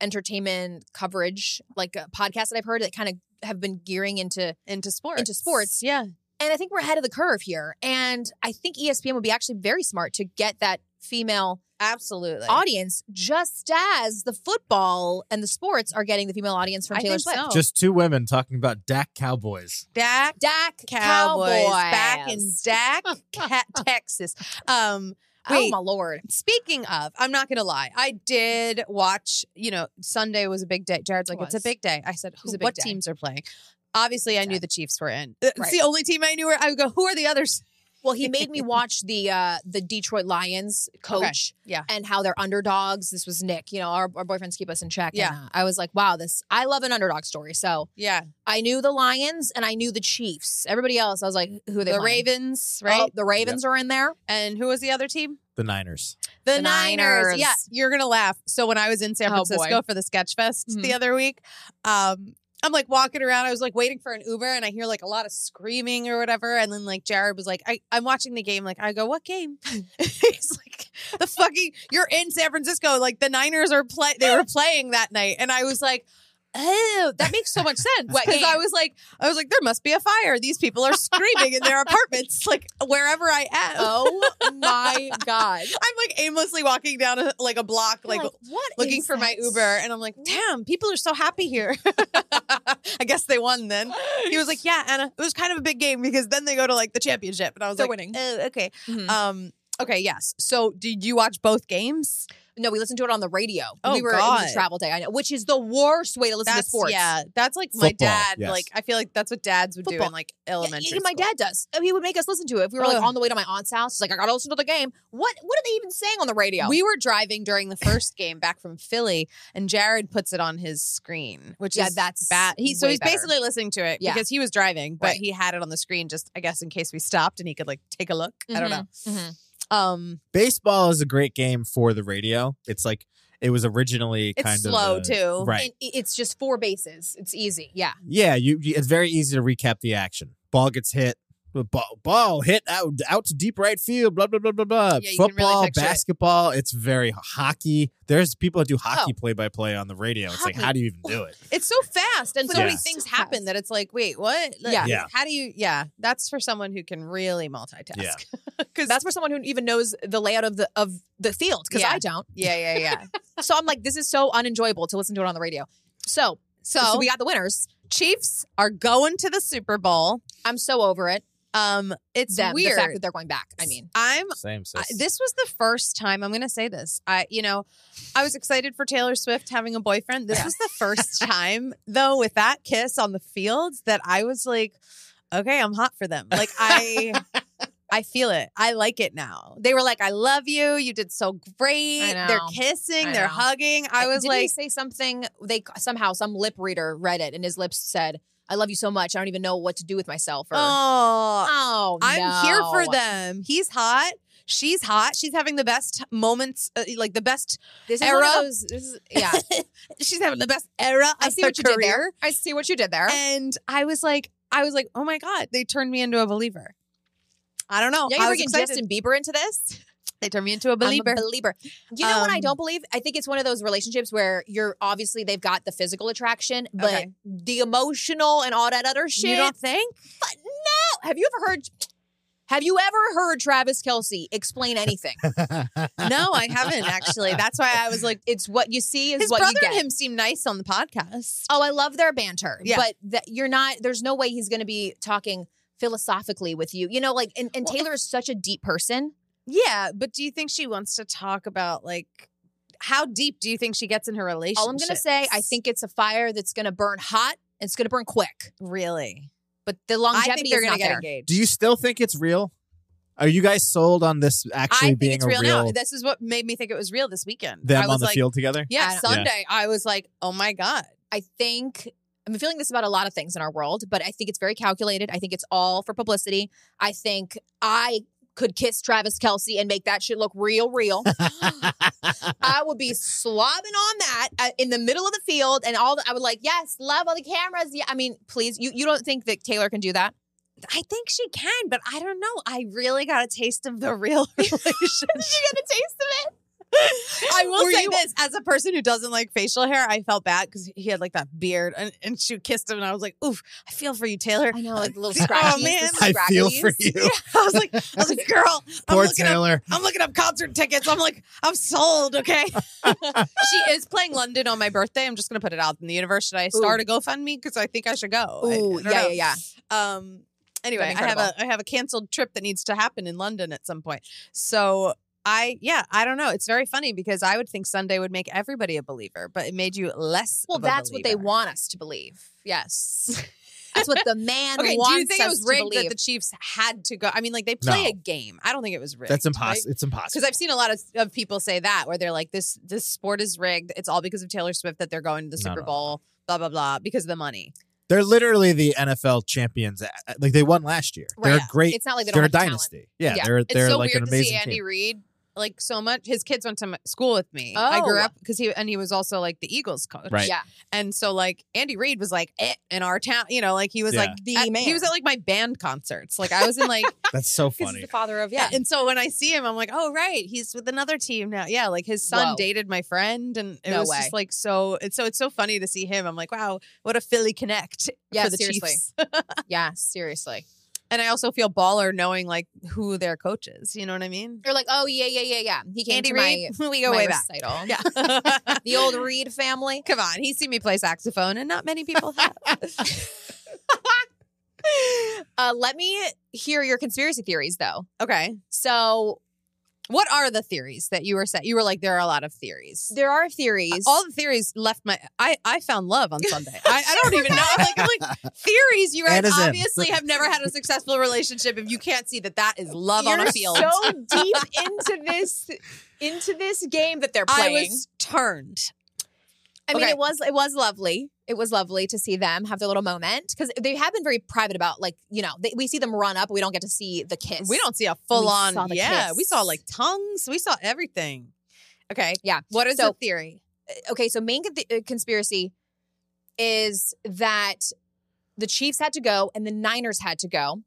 D: entertainment coverage, like uh, podcasts that I've heard that kind of have been gearing into,
C: into sports.
D: Into sports.
C: Yeah.
D: and I think we're ahead of the curve here. And I think E ESPN would be actually very smart to get that female
C: Absolutely.
D: audience, just as the football and the sports are getting the female audience from
C: I
D: Taylor
C: think
D: Swift.
C: so.
E: Just two women talking about Dak Cowboys.
C: Dak
D: Dak
C: Cowboys, back in
D: Cowboys.
C: Dak, Ca- Texas. Um,
D: oh
C: wait.
D: my lord.
C: speaking of, I'm not gonna lie, I did watch. You know, Sunday was a big day. Jared's like, it's a
D: was.
C: big day. I said,
D: was
C: Who,
D: a big
C: what
D: day.
C: teams are playing? Obviously, I
D: day.
C: knew the Chiefs were in. It's
D: Right.
C: the only team I knew. Where I would go, who are the others?
D: Well, he made me watch the uh the Detroit Lions coach
C: yeah.
D: and how they're underdogs. This was Nick, you know, our, our boyfriends keep us in check.
C: Yeah.
D: And, uh, I was like, wow, this I love an underdog story. So
C: Yeah,
D: I knew the Lions and I knew the Chiefs. Everybody else, I was like, who are they?
C: the
D: playing?
C: Ravens,
D: Oh,
C: right?
D: the Ravens are in there.
C: and who was the other team?
E: The Niners.
C: The,
D: The
C: Niners.
D: Niners.
C: Yeah, you're gonna laugh. So when I was in San
D: Oh, boy.
C: Francisco for the Sketch Fest
D: Mhm.
C: the other week, um, I'm like walking around. I was like waiting for an Uber, and I hear like a lot of screaming or whatever. And then like Jared was like, I, "I'm watching the game." Like I go, "What game?" He's like, "The fucking you're in San Francisco. Like the Niners are play. They were playing that night." And I was like. Oh, that makes so much sense.
D: What
C: Because
D: game?
C: I was like, I was like, there must be a fire. These people are screaming in their apartments, like wherever I am.
D: Oh my God.
C: I'm like aimlessly walking down a, like a block, like,
D: what
C: looking
D: is
C: for my
D: that?
C: Uber, and I'm like, damn, people are so happy here. I guess they won then. He was like, yeah, Anna, it was kind of a big game because then they go to like the championship, and I was
D: They're
C: like,
D: winning.
C: Oh, okay,
D: Mhm.
C: um, okay, yes. So, did you watch both games?
D: No, we listened to it on the radio.
C: Oh,
D: we were it
C: God.
D: was a travel day, I know, which is the worst way to listen to sports.
C: yeah, that's like my
E: Football,
C: dad.
E: yes.
C: Like, I feel like that's what dads would do
D: Football.
C: in like
D: Yeah,
C: elementary.
D: yeah, my
C: school.
D: dad does. And He would make us listen to it if we were like
C: Ugh.
D: on the way to my aunt's house. He's like, I gotta listen to the game. What What are they even saying on the radio?
C: We were driving during the first game back from Philly, and Jared puts it on his screen, which
D: Yeah,
C: is
D: that's
C: bad. He, so
D: way
C: he's
D: better.
C: basically listening to it
D: Yeah.
C: because he was driving, but
D: Right.
C: he had it on the screen just, I guess, in case we stopped and he could like take a look. I don't know.
D: Mhm.
C: Um,
E: Baseball is a great game for the radio. It's like it was originally
C: it's
E: kind
C: slow
E: of a-
C: too.
E: Right.
D: And i- it's just four bases. It's easy. Yeah.
E: Yeah, you, you- It's very easy to recap the action. Ball gets hit. Ball, ball hit out out to deep right field. Blah blah blah blah blah.
C: Yeah, you can really
E: Football,
C: picture it.
E: basketball. It's very hockey. There's people that do hockey
D: Oh.
E: play by play on the radio. It's like,
D: Hockey.
E: how do you even do it?
C: It's so fast, and so
E: Yeah.
C: many things happen that it's like, wait, what? Like,
D: Yeah.
E: Yeah.
C: How do you? Yeah, that's for someone who can really multitask.
E: Yeah.
C: Because
D: That's for someone who even knows the layout of the of the field because
C: Yeah.
D: I don't.
C: yeah, yeah, yeah.
D: So I'm like, this is so unenjoyable to listen to it on the radio. So,
C: so,
D: so we got the winners.
C: Chiefs are going to the Super Bowl.
D: I'm so over it.
C: Um, it's
D: Them,
C: weird.
D: the fact that they're going back. I mean,
C: I'm
E: Same. Sis.
C: I, this was the first time I'm going to say this. I, you know, I was excited for Taylor Swift having a boyfriend. This was the first time, though, with that kiss on the field that I was like, okay, I'm hot for them. Like I, I feel it. I like it now. They were like, I love you. You did so great.
D: I
C: They're
D: know.
C: kissing.
D: I
C: they're
D: know.
C: hugging. I was
D: Didn't he
C: like,
D: say something. They somehow some lip reader read it, and his lips said, I love you so much. I don't even know what to do with myself. Or,
C: Oh,
D: oh,
C: I'm here for
D: no.
C: them. He's hot. She's hot. She's having the best moments, uh, like the best.
D: This is one of
C: Era.
D: those- this is yeah.
C: She's having the best era.
D: I
C: of
D: see
C: her
D: what you
C: career.
D: did there. I see what you did there.
C: And I was like, I was like, oh my god, they turned me into a believer. I don't know.
D: Now
C: I
D: you're
C: was
D: bringing
C: excited.
D: Justin Bieber into this.
C: They turned me into a believer.
D: I'm a believer. You know what I
C: Um,
D: don't believe? I think it's one of those relationships where you're obviously they've got the physical attraction, but
C: Okay.
D: the emotional and all that other shit.
C: you don't think?
D: but no, have you ever heard? Have you ever heard Travis Kelsey explain anything?
C: No, I haven't actually. That's why I was like,
D: it's what you see is
C: his
D: what
C: brother
D: you get.
C: and him seem nice on the podcast.
D: Oh, I love their banter,
C: Yeah.
D: but that you're not. There's no way he's going to be talking philosophically with you. You know, like and, and
C: Well,
D: Taylor is such a deep person.
C: Yeah, but do you think she wants to talk about like how deep do you think she gets in her relationship?
D: All I'm going to say, I think it's a fire that's going to burn hot. and It's going to burn quick,
C: really.
D: but the
C: I
D: longevity
C: think they're
D: is
C: gonna
D: not
C: get
D: there.
C: engaged.
E: Do you still think it's real? Are you guys sold on this
C: I
E: actually
C: think
E: being
C: it's
E: a
C: real,
E: real,
C: now. This is what made me think it was real this weekend.
E: them
C: I
E: on
C: was
E: the
C: like,
E: field together?
C: Yeah,
D: I don't-
C: Sunday I was like, oh my god,
D: I think I'm feeling this about a lot of things in our world, but I think it's very calculated. I think it's all for publicity. I think I could kiss Travis Kelsey and make that shit look real, real. I would be slobbing on that uh, in the middle of the field, and all. The, I would like, yes, love all the cameras. Yeah, I mean, please, you you don't think that Taylor can do that?
C: I think she can, but I don't know. I really got a taste of the real relationship.
D: You get a taste of it.
C: I will
D: Were
C: say
D: you-
C: this as a person who doesn't like facial hair, I felt bad because he had like that beard and, and she kissed him and I was like, oof, I feel for you, Taylor.
D: I know, like little
C: Oh,
D: scratchy.
C: man.
E: I feel for you.
C: I was like, I was like, girl, I'm
E: Poor
C: looking, up,
E: Taylor.
C: I'm looking up concert tickets. I'm like, I'm sold, okay? she is playing London on my birthday. I'm just gonna put it out in the universe. Should I start a GoFundMe? Because I think I should go. I- I
D: Ooh,
C: don't
D: yeah, yeah,
C: know.
D: yeah.
C: Um anyway,
D: That'd be
C: I have a
D: incredible.
C: I have a canceled trip that needs to happen in London at some point. So I yeah, I don't know. It's very funny because I would think Sunday would make everybody a believer, but it made you less.
D: Well,
C: of a
D: that's what they
C: believer.
D: want us to believe.
C: Yes.
D: That's what the man
C: okay.
D: wants
C: Do you think it
D: us
C: was
D: to
C: rigged that
D: believe.
C: the Chiefs had to go? I mean, like they play
E: No.
C: a game. I don't think it was rigged.
E: That's impossible.
C: Because
E: It's impossible.
C: I've seen a lot of, of people say that where they're like, this this sport is rigged. It's all because of Taylor Swift that they're going to the
E: No,
C: Super
E: no, no,
C: Bowl. Blah blah blah because of the money.
E: They're literally the NFL champions. Like they won last year. They're
C: Right.
E: a great.
D: it's not like they don't
E: They're a
D: have talent.
E: dynasty. Yeah,
D: Yeah.
E: they're
C: It's
E: they're
C: so
E: like
C: weird
E: an
C: to see
E: amazing
C: Andy
E: team.
C: Reid like so much. His kids went to m- school with me. I grew
D: Oh.
C: up because he and he was also like the Eagles coach.
E: Right.
D: Yeah.
C: And so like Andy Reid was like it in our town. You know, like he was
E: Yeah.
C: like
D: The
C: at- Uh, He
D: man.
C: was at like my band concerts. Like I was in like
E: That's so
D: Because he's
E: funny.
D: the father of yeah.
C: And so when I see him, I'm like, oh right, he's with another team now. Yeah, like his son
D: Whoa.
C: dated my friend, and it
D: No
C: was
D: way.
C: just like so. It's so it's so funny to see him. I'm like, wow, what a Philly connect.
D: Yeah,
C: for the
D: seriously.
C: Chiefs.
D: yeah, seriously.
C: And I also feel baller knowing like who their coach is. You know what I mean?
D: You're like, oh yeah, yeah, yeah, yeah. He came
C: Andy
D: to
C: Reid, we
D: my,
C: go
D: my
C: way back.
D: recital.
C: Yeah.
D: The old Reed family.
C: Come on, he's seen me play saxophone, and not many people have.
D: Uh, let me hear your conspiracy theories though.
C: okay,
D: So
C: what are the theories that you were set? You were like, there are a lot of theories.
D: there are theories.
C: all the theories left my I, I found love on Sunday. I, I don't even know. I'm like, I'm like theories. You guys
E: Anderson.
C: obviously have never had a successful relationship if you can't see that that is love on
D: You're
C: a field.
D: so deep into this into this game that they're
C: I
D: playing.
C: was turned.
D: I mean,
C: okay.
D: it was it was lovely. It was lovely to see them have their little moment because they have been very private about like you know they, we see them run up. We don't get to see the kiss.
C: We don't see a full
D: saw
C: on.
D: the
C: Yeah,
D: kiss.
C: we saw like tongues. We saw everything. Okay,
D: Yeah.
C: What is
D: So-
C: the theory?
D: okay, so main con- uh, conspiracy is that the Chiefs had to go and the Niners had to go.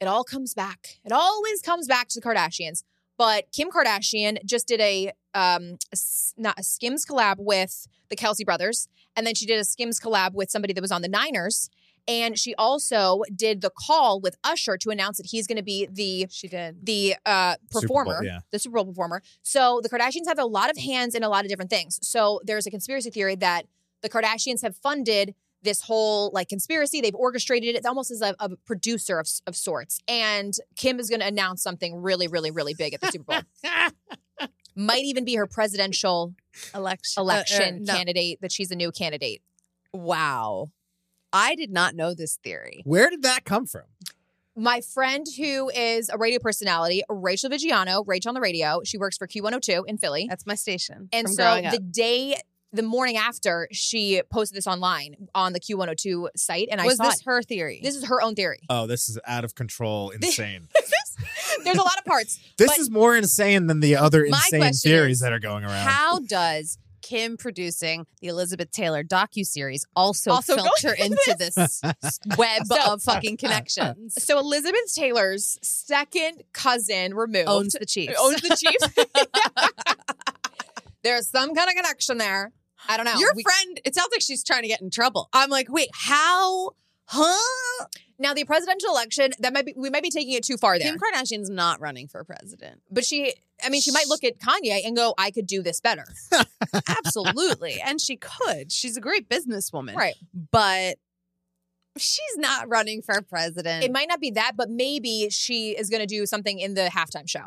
D: It all comes back. It always comes back to the Kardashians. But Kim Kardashian just did a um a s- not a Skims collab with the Kelsey brothers, and then she did a Skims collab with somebody that was on the Niners. And she also did the call with Usher to announce that he's going to be the
C: She did.
D: the uh,
E: Super Bowl,
D: performer,
E: yeah.
D: the Super Bowl performer. So the Kardashians have a lot of hands in a lot of different things. So there's a conspiracy theory that the Kardashians have funded this whole like conspiracy. They've orchestrated it. It's almost as a, a producer of, of sorts. And Kim is going to announce something really, really, really big at the Super Bowl. Might even be her presidential
C: Election. uh, uh,
D: election
C: no.
D: candidate. That she's a new candidate.
C: Wow, I did not know this theory.
E: Where did that come from?
D: my friend who is a radio personality, Rachel Vigiano, Rachel on the radio, she works for Q102 in Philly.
C: That's my station.
D: And
C: from
D: so
C: growing up.
D: the day the morning after she posted this online on the Q102 site, and
C: was
D: I saw
C: this
D: it.
C: her theory?
D: This is her own theory.
E: Oh, this is out of control, insane.
D: There's a lot of parts.
E: this
D: but-
E: is more insane than the other
C: My
E: insane
C: question
E: theories
C: is,
E: that are going around.
C: How does Kim producing the Elizabeth Taylor docu series also,
D: Also go
C: filter into this web
D: So-
C: of fucking connections?
D: So Elizabeth Taylor's second cousin removed
C: Owns the Chiefs.
D: owns the Chiefs.
C: There's some kind of connection there.
D: I don't know.
C: Your
D: We-
C: friend, it sounds like she's trying to get in trouble. I'm like, wait, how? Huh?
D: now the presidential election that might be we might be taking it too far there.
C: Kim Kardashian's not running for president.
D: but she, I mean, she might look at Kanye and go, "I could do this better."
C: Absolutely. and she could. She's a great businesswoman.
D: Right.
C: But she's not running for president.
D: It might not be that, but maybe she is going to do something in the halftime show.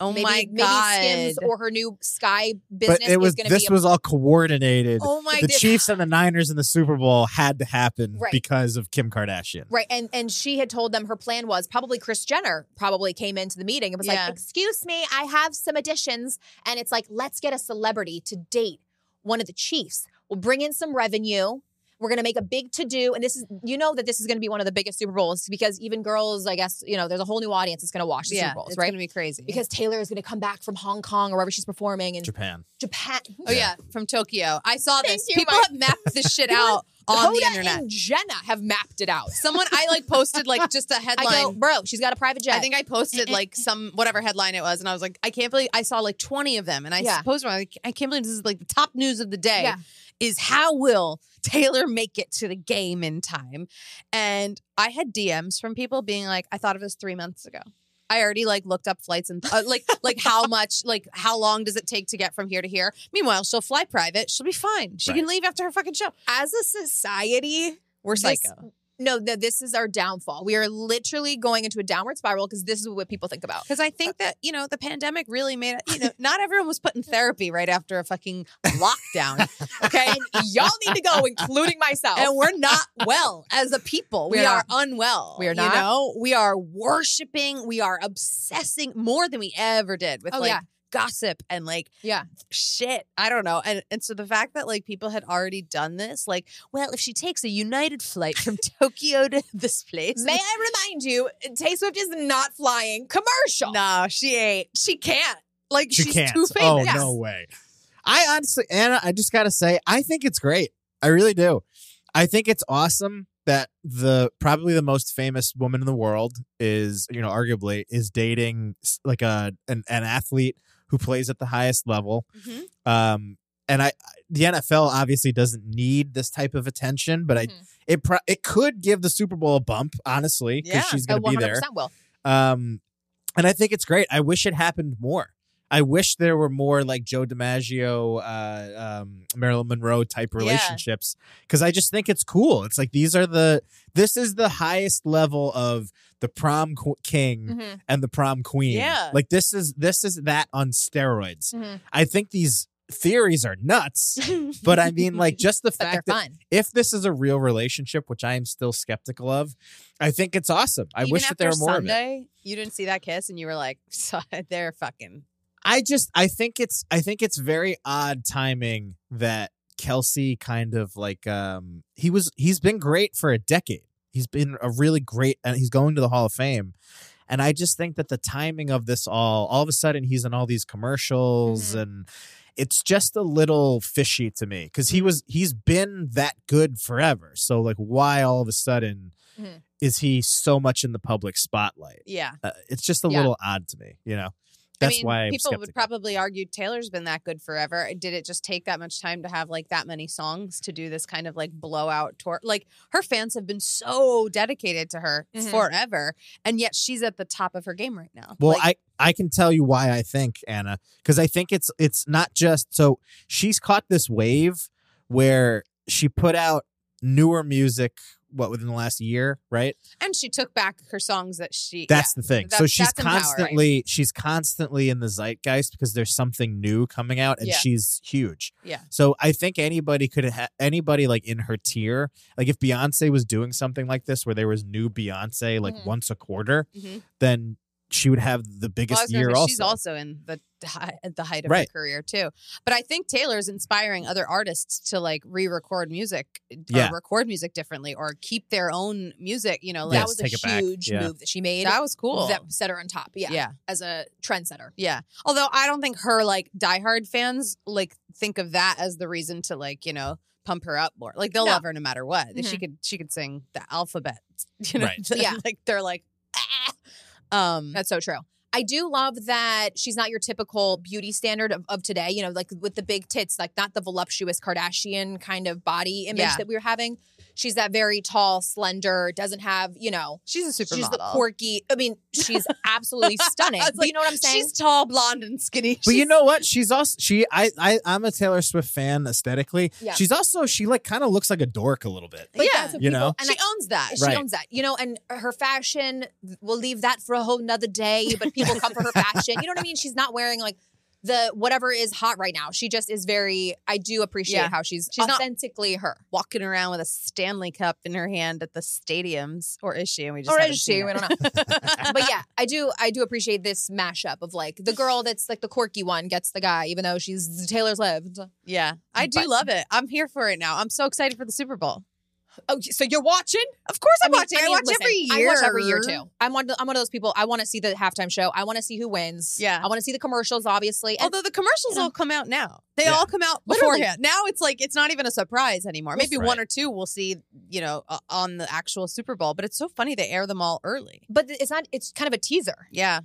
C: oh
D: maybe,
C: my
D: maybe
C: God.
D: Skims or her new Sky business
E: but it was
D: is going to
E: this
D: be a
E: was all coordinated.
C: oh my
E: the
C: God.
E: Chiefs and the Niners in the Super Bowl had to happen
D: Right.
E: because of Kim Kardashian.
D: Right. And and she had told them her plan was probably Chris Jenner probably came into the meeting and was
C: Yeah.
D: like, Excuse me, I have some additions. And it's like, let's get a celebrity to date one of the Chiefs. We'll bring in some revenue. We're gonna make a big to do. And this is you know that this is gonna be one of the biggest Super Bowls because even girls, I guess, you know, there's a whole new audience that's gonna watch the
C: yeah,
D: Super Bowls,
C: it's
D: right?
C: gonna be crazy.
D: because Taylor is gonna come back from Hong Kong or wherever she's performing in
E: Japan.
D: Japan.
C: Oh yeah, from Tokyo. I saw
D: Thank
C: this.
D: you,
C: People
D: Mike.
C: have mapped this shit
D: People
C: out on the
D: Hoda
C: internet.
D: and Jenna have mapped it out.
C: Someone I like posted like just a headline.
D: I go, bro, she's got a private jet.
C: I think I posted like some whatever headline it was, and I was like, I can't believe I saw like twenty of them, and I
D: Yeah.
C: suppose I'm like, I can't believe this is like the top news of the day.
D: Yeah.
C: Is how will Taylor make it to the game in time? And I had DMs from people being like, I thought of this three months ago. I already like looked up flights and uh, like like how much like how long does it take to get from here to here? Meanwhile, she'll fly private. She'll be fine. She can leave after her fucking show.
D: as a society,
C: We're
D: This-
C: psycho.
D: no, no, this is our downfall. We are literally going into a downward spiral because this is what people think about.
C: Because I think that, you know, the pandemic really made, you know, not everyone was put in therapy right after a fucking lockdown. Okay.
D: And y'all need to go, including myself.
C: and we're not well as a people. We
D: We're
C: are
D: not.
C: unwell.
D: We are
C: You
D: not.
C: know, we are worshiping, we are obsessing more than we ever did with
D: Oh,
C: like
D: yeah.
C: gossip and like
D: yeah,
C: shit. I don't know. And and so the fact that like people had already done this, like, well, if she takes a United flight from Tokyo to this place.
D: may I remind you, Tay Swift is not flying commercial.
C: no, she ain't. She can't. Like
E: She
C: she's
E: can't.
C: too
E: oh
C: famous.
E: no way! I honestly, Anna, I just gotta say, I think it's great. I really do. I think it's awesome that the probably the most famous woman in the world is, you know, arguably is dating s- like a an, an athlete who plays at the highest level.
D: Mm-hmm.
C: Mhm.
E: Um, and I, the NFL obviously doesn't need this type of attention, but
C: Mm-hmm.
E: I,
D: Mhm.
E: it pro- it could give the Super Bowl a bump, honestly, because
C: Yeah.
E: she's
D: Uh,
E: going to be there.
D: will.
E: Um, and I think it's great. I wish it happened more. I wish there were more like Joe DiMaggio, uh, um, Marilyn Monroe type
C: Yeah.
E: relationships because I just think it's cool. It's like these are the this is the highest level of the prom qu- king
D: Mhm.
E: and the prom queen.
C: Mm-hmm. Yeah. Mm-hmm.
E: like this is this is that on steroids.
D: Mhm.
E: I think these theories are nuts, but I mean like just the
D: But they're
E: fact that
D: fun.
E: if this is a real relationship, which I am still skeptical of, I think it's awesome. I
C: Even
E: wish that there were
C: after
E: more of it.
C: Sunday, You didn't see that kiss, and you were like, "So- "They're fucking."
E: I just I think it's I think it's very odd timing that Kelsey kind of like um he was he's been great for a decade. He's been a really great and he's going to the Hall of Fame. And I just think that the timing of this all all of a sudden he's in all these commercials and it's just a little fishy to me cuz he was he's been that good forever. So like why all of a sudden
D: Mhm.
E: is he so much in the public spotlight?
C: Yeah,
E: Uh, it's just a
D: Yeah.
E: little odd to me, you know.
C: I
E: That's
C: mean,
E: why I'm
C: people
E: skeptical.
C: would probably argue Taylor's been that good forever. Did it just take that much time to have like that many songs to do this kind of like blowout tour? Like her fans have been so dedicated to her
D: Mhm.
C: forever, and yet she's at the top of her game right now.
E: Well,
C: Like,
E: I I can tell you why I think Anna because I think it's it's not just so she's caught this wave where she put out newer music what within the last year, right?
C: and she took back her songs that she.
E: That's
C: yeah.
E: the thing.
C: That-
E: so she's
C: that's empowering.
E: constantly she's constantly in the zeitgeist because there's something new coming out and
C: Yeah.
E: she's huge.
C: Yeah.
E: So I think anybody could ha- anybody like in her tier, like if Beyonce was doing something like this where there was new Beyonce like
D: Mhm.
E: once a quarter,
C: Mhm.
E: then she would have the
C: Mm-hmm. Well, I
E: biggest
C: was gonna
E: year
C: say,
E: also.
C: She's also in the hi- at the height of
E: Right.
C: her career too. But I think Taylor's inspiring other artists to like re-record music or
E: Yeah.
C: record music differently or keep their own music, you know,
E: Yes,
C: like
D: that was
E: take it
D: a
E: back.
D: huge
E: Yeah.
D: move that she made.
C: that was cool.
D: That set her on top. Yeah,
C: yeah.
D: as a trendsetter.
C: Yeah. Although I don't think her like diehard fans like think of that as the reason to like, you know, pump her up more. Like they'll
D: No.
C: love her no matter what. If She
D: Mhm.
C: could she could sing the alphabet. You know,
E: Right.
D: Yeah.
C: like they're like ah. um
D: That's so true. I do love that she's not your typical beauty standard of, of today, you know, like with the big tits, like not the voluptuous Kardashian kind of body image
C: Yeah.
D: that we were having. She's that very tall, slender, doesn't have, you know,
C: she's a supermodel.
D: she's the quirky. I mean, she's absolutely stunning.
C: I was
D: But
C: like,
D: you know what I'm saying?
C: She's tall, blonde, and skinny.
E: But you
C: She's-
E: know what? She's also she I I I'm a Taylor Swift fan aesthetically.
D: Yeah.
E: She's also she like kind of looks like a dork a little bit.
D: But
C: Yeah.
D: that's what
E: You
D: people-
E: know?
D: and
C: she
D: I-
C: owns that.
D: She
E: Right.
D: owns that, you know, and her fashion, we'll leave that for a whole nother day, but people come for her fashion. You know what I mean? She's not wearing like the whatever is hot right now. She just is very, I do appreciate
C: Yeah.
D: how she's,
C: She's not-
D: authentically her.
C: Walking around with a Stanley Cup in her hand at the stadiums, or is she? And we just
D: Or
C: haven't
D: is
C: seen
D: she?
C: her.
D: We don't know. but yeah, I do, I do appreciate this mashup of like the girl that's like the quirky one gets the guy, even though she's Taylor's lived.
C: Yeah, I do
D: But-
C: love it. I'm here for it now. I'm so excited for the Super Bowl.
D: Oh, so you're watching?
C: Of course, I'm
D: mean-
C: watching. I,
D: mean,
C: watch
D: listen,
C: every year.
D: I watch every year too. I'm one. I'm one of those people. I want to see the halftime show. I want to see who wins.
C: Yeah.
D: I want to see the commercials, obviously. And
C: Although the commercials
D: you know.
C: all come out now, they
E: Yeah.
C: all come out
D: Literally.
C: beforehand. Now it's like it's not even a surprise anymore. Maybe
E: Right.
C: one or two we'll see, you know, uh, on the actual Super Bowl. But it's so funny they air them all early.
D: but it's not. It's kind of a teaser.
C: Yeah.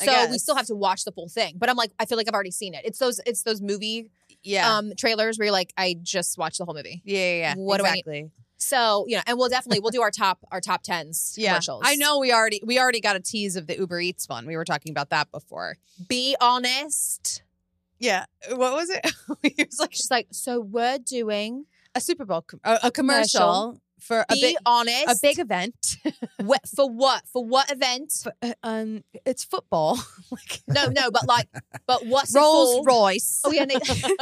C: I
D: So we
C: guess.
D: still have to watch the full thing. But I'm like, I feel like I've already seen it. It's those. It's those movie
C: yeah.
D: um trailers where you're like, I just watched the whole movie.
C: yeah, yeah, yeah.
D: what do I need-
C: exactly.
D: So you know, and we'll definitely we'll do our top our top tens
C: yeah.
D: commercials.
C: I know we already we already got a tease of the Uber Eats one. We were talking about that before.
D: Be honest.
C: Yeah. What was it? it was like
D: She's like, so we're doing
C: a Super Bowl com- a, a commercial,
D: Commercial.
C: for a
D: be
C: big
D: honest.
C: a big event.
D: Wh- for what for what event?
C: Uh, um it's football. like
D: no, no, but like, but what's it
C: Rolls
D: called?
C: Royce.
D: Oh yeah, and they,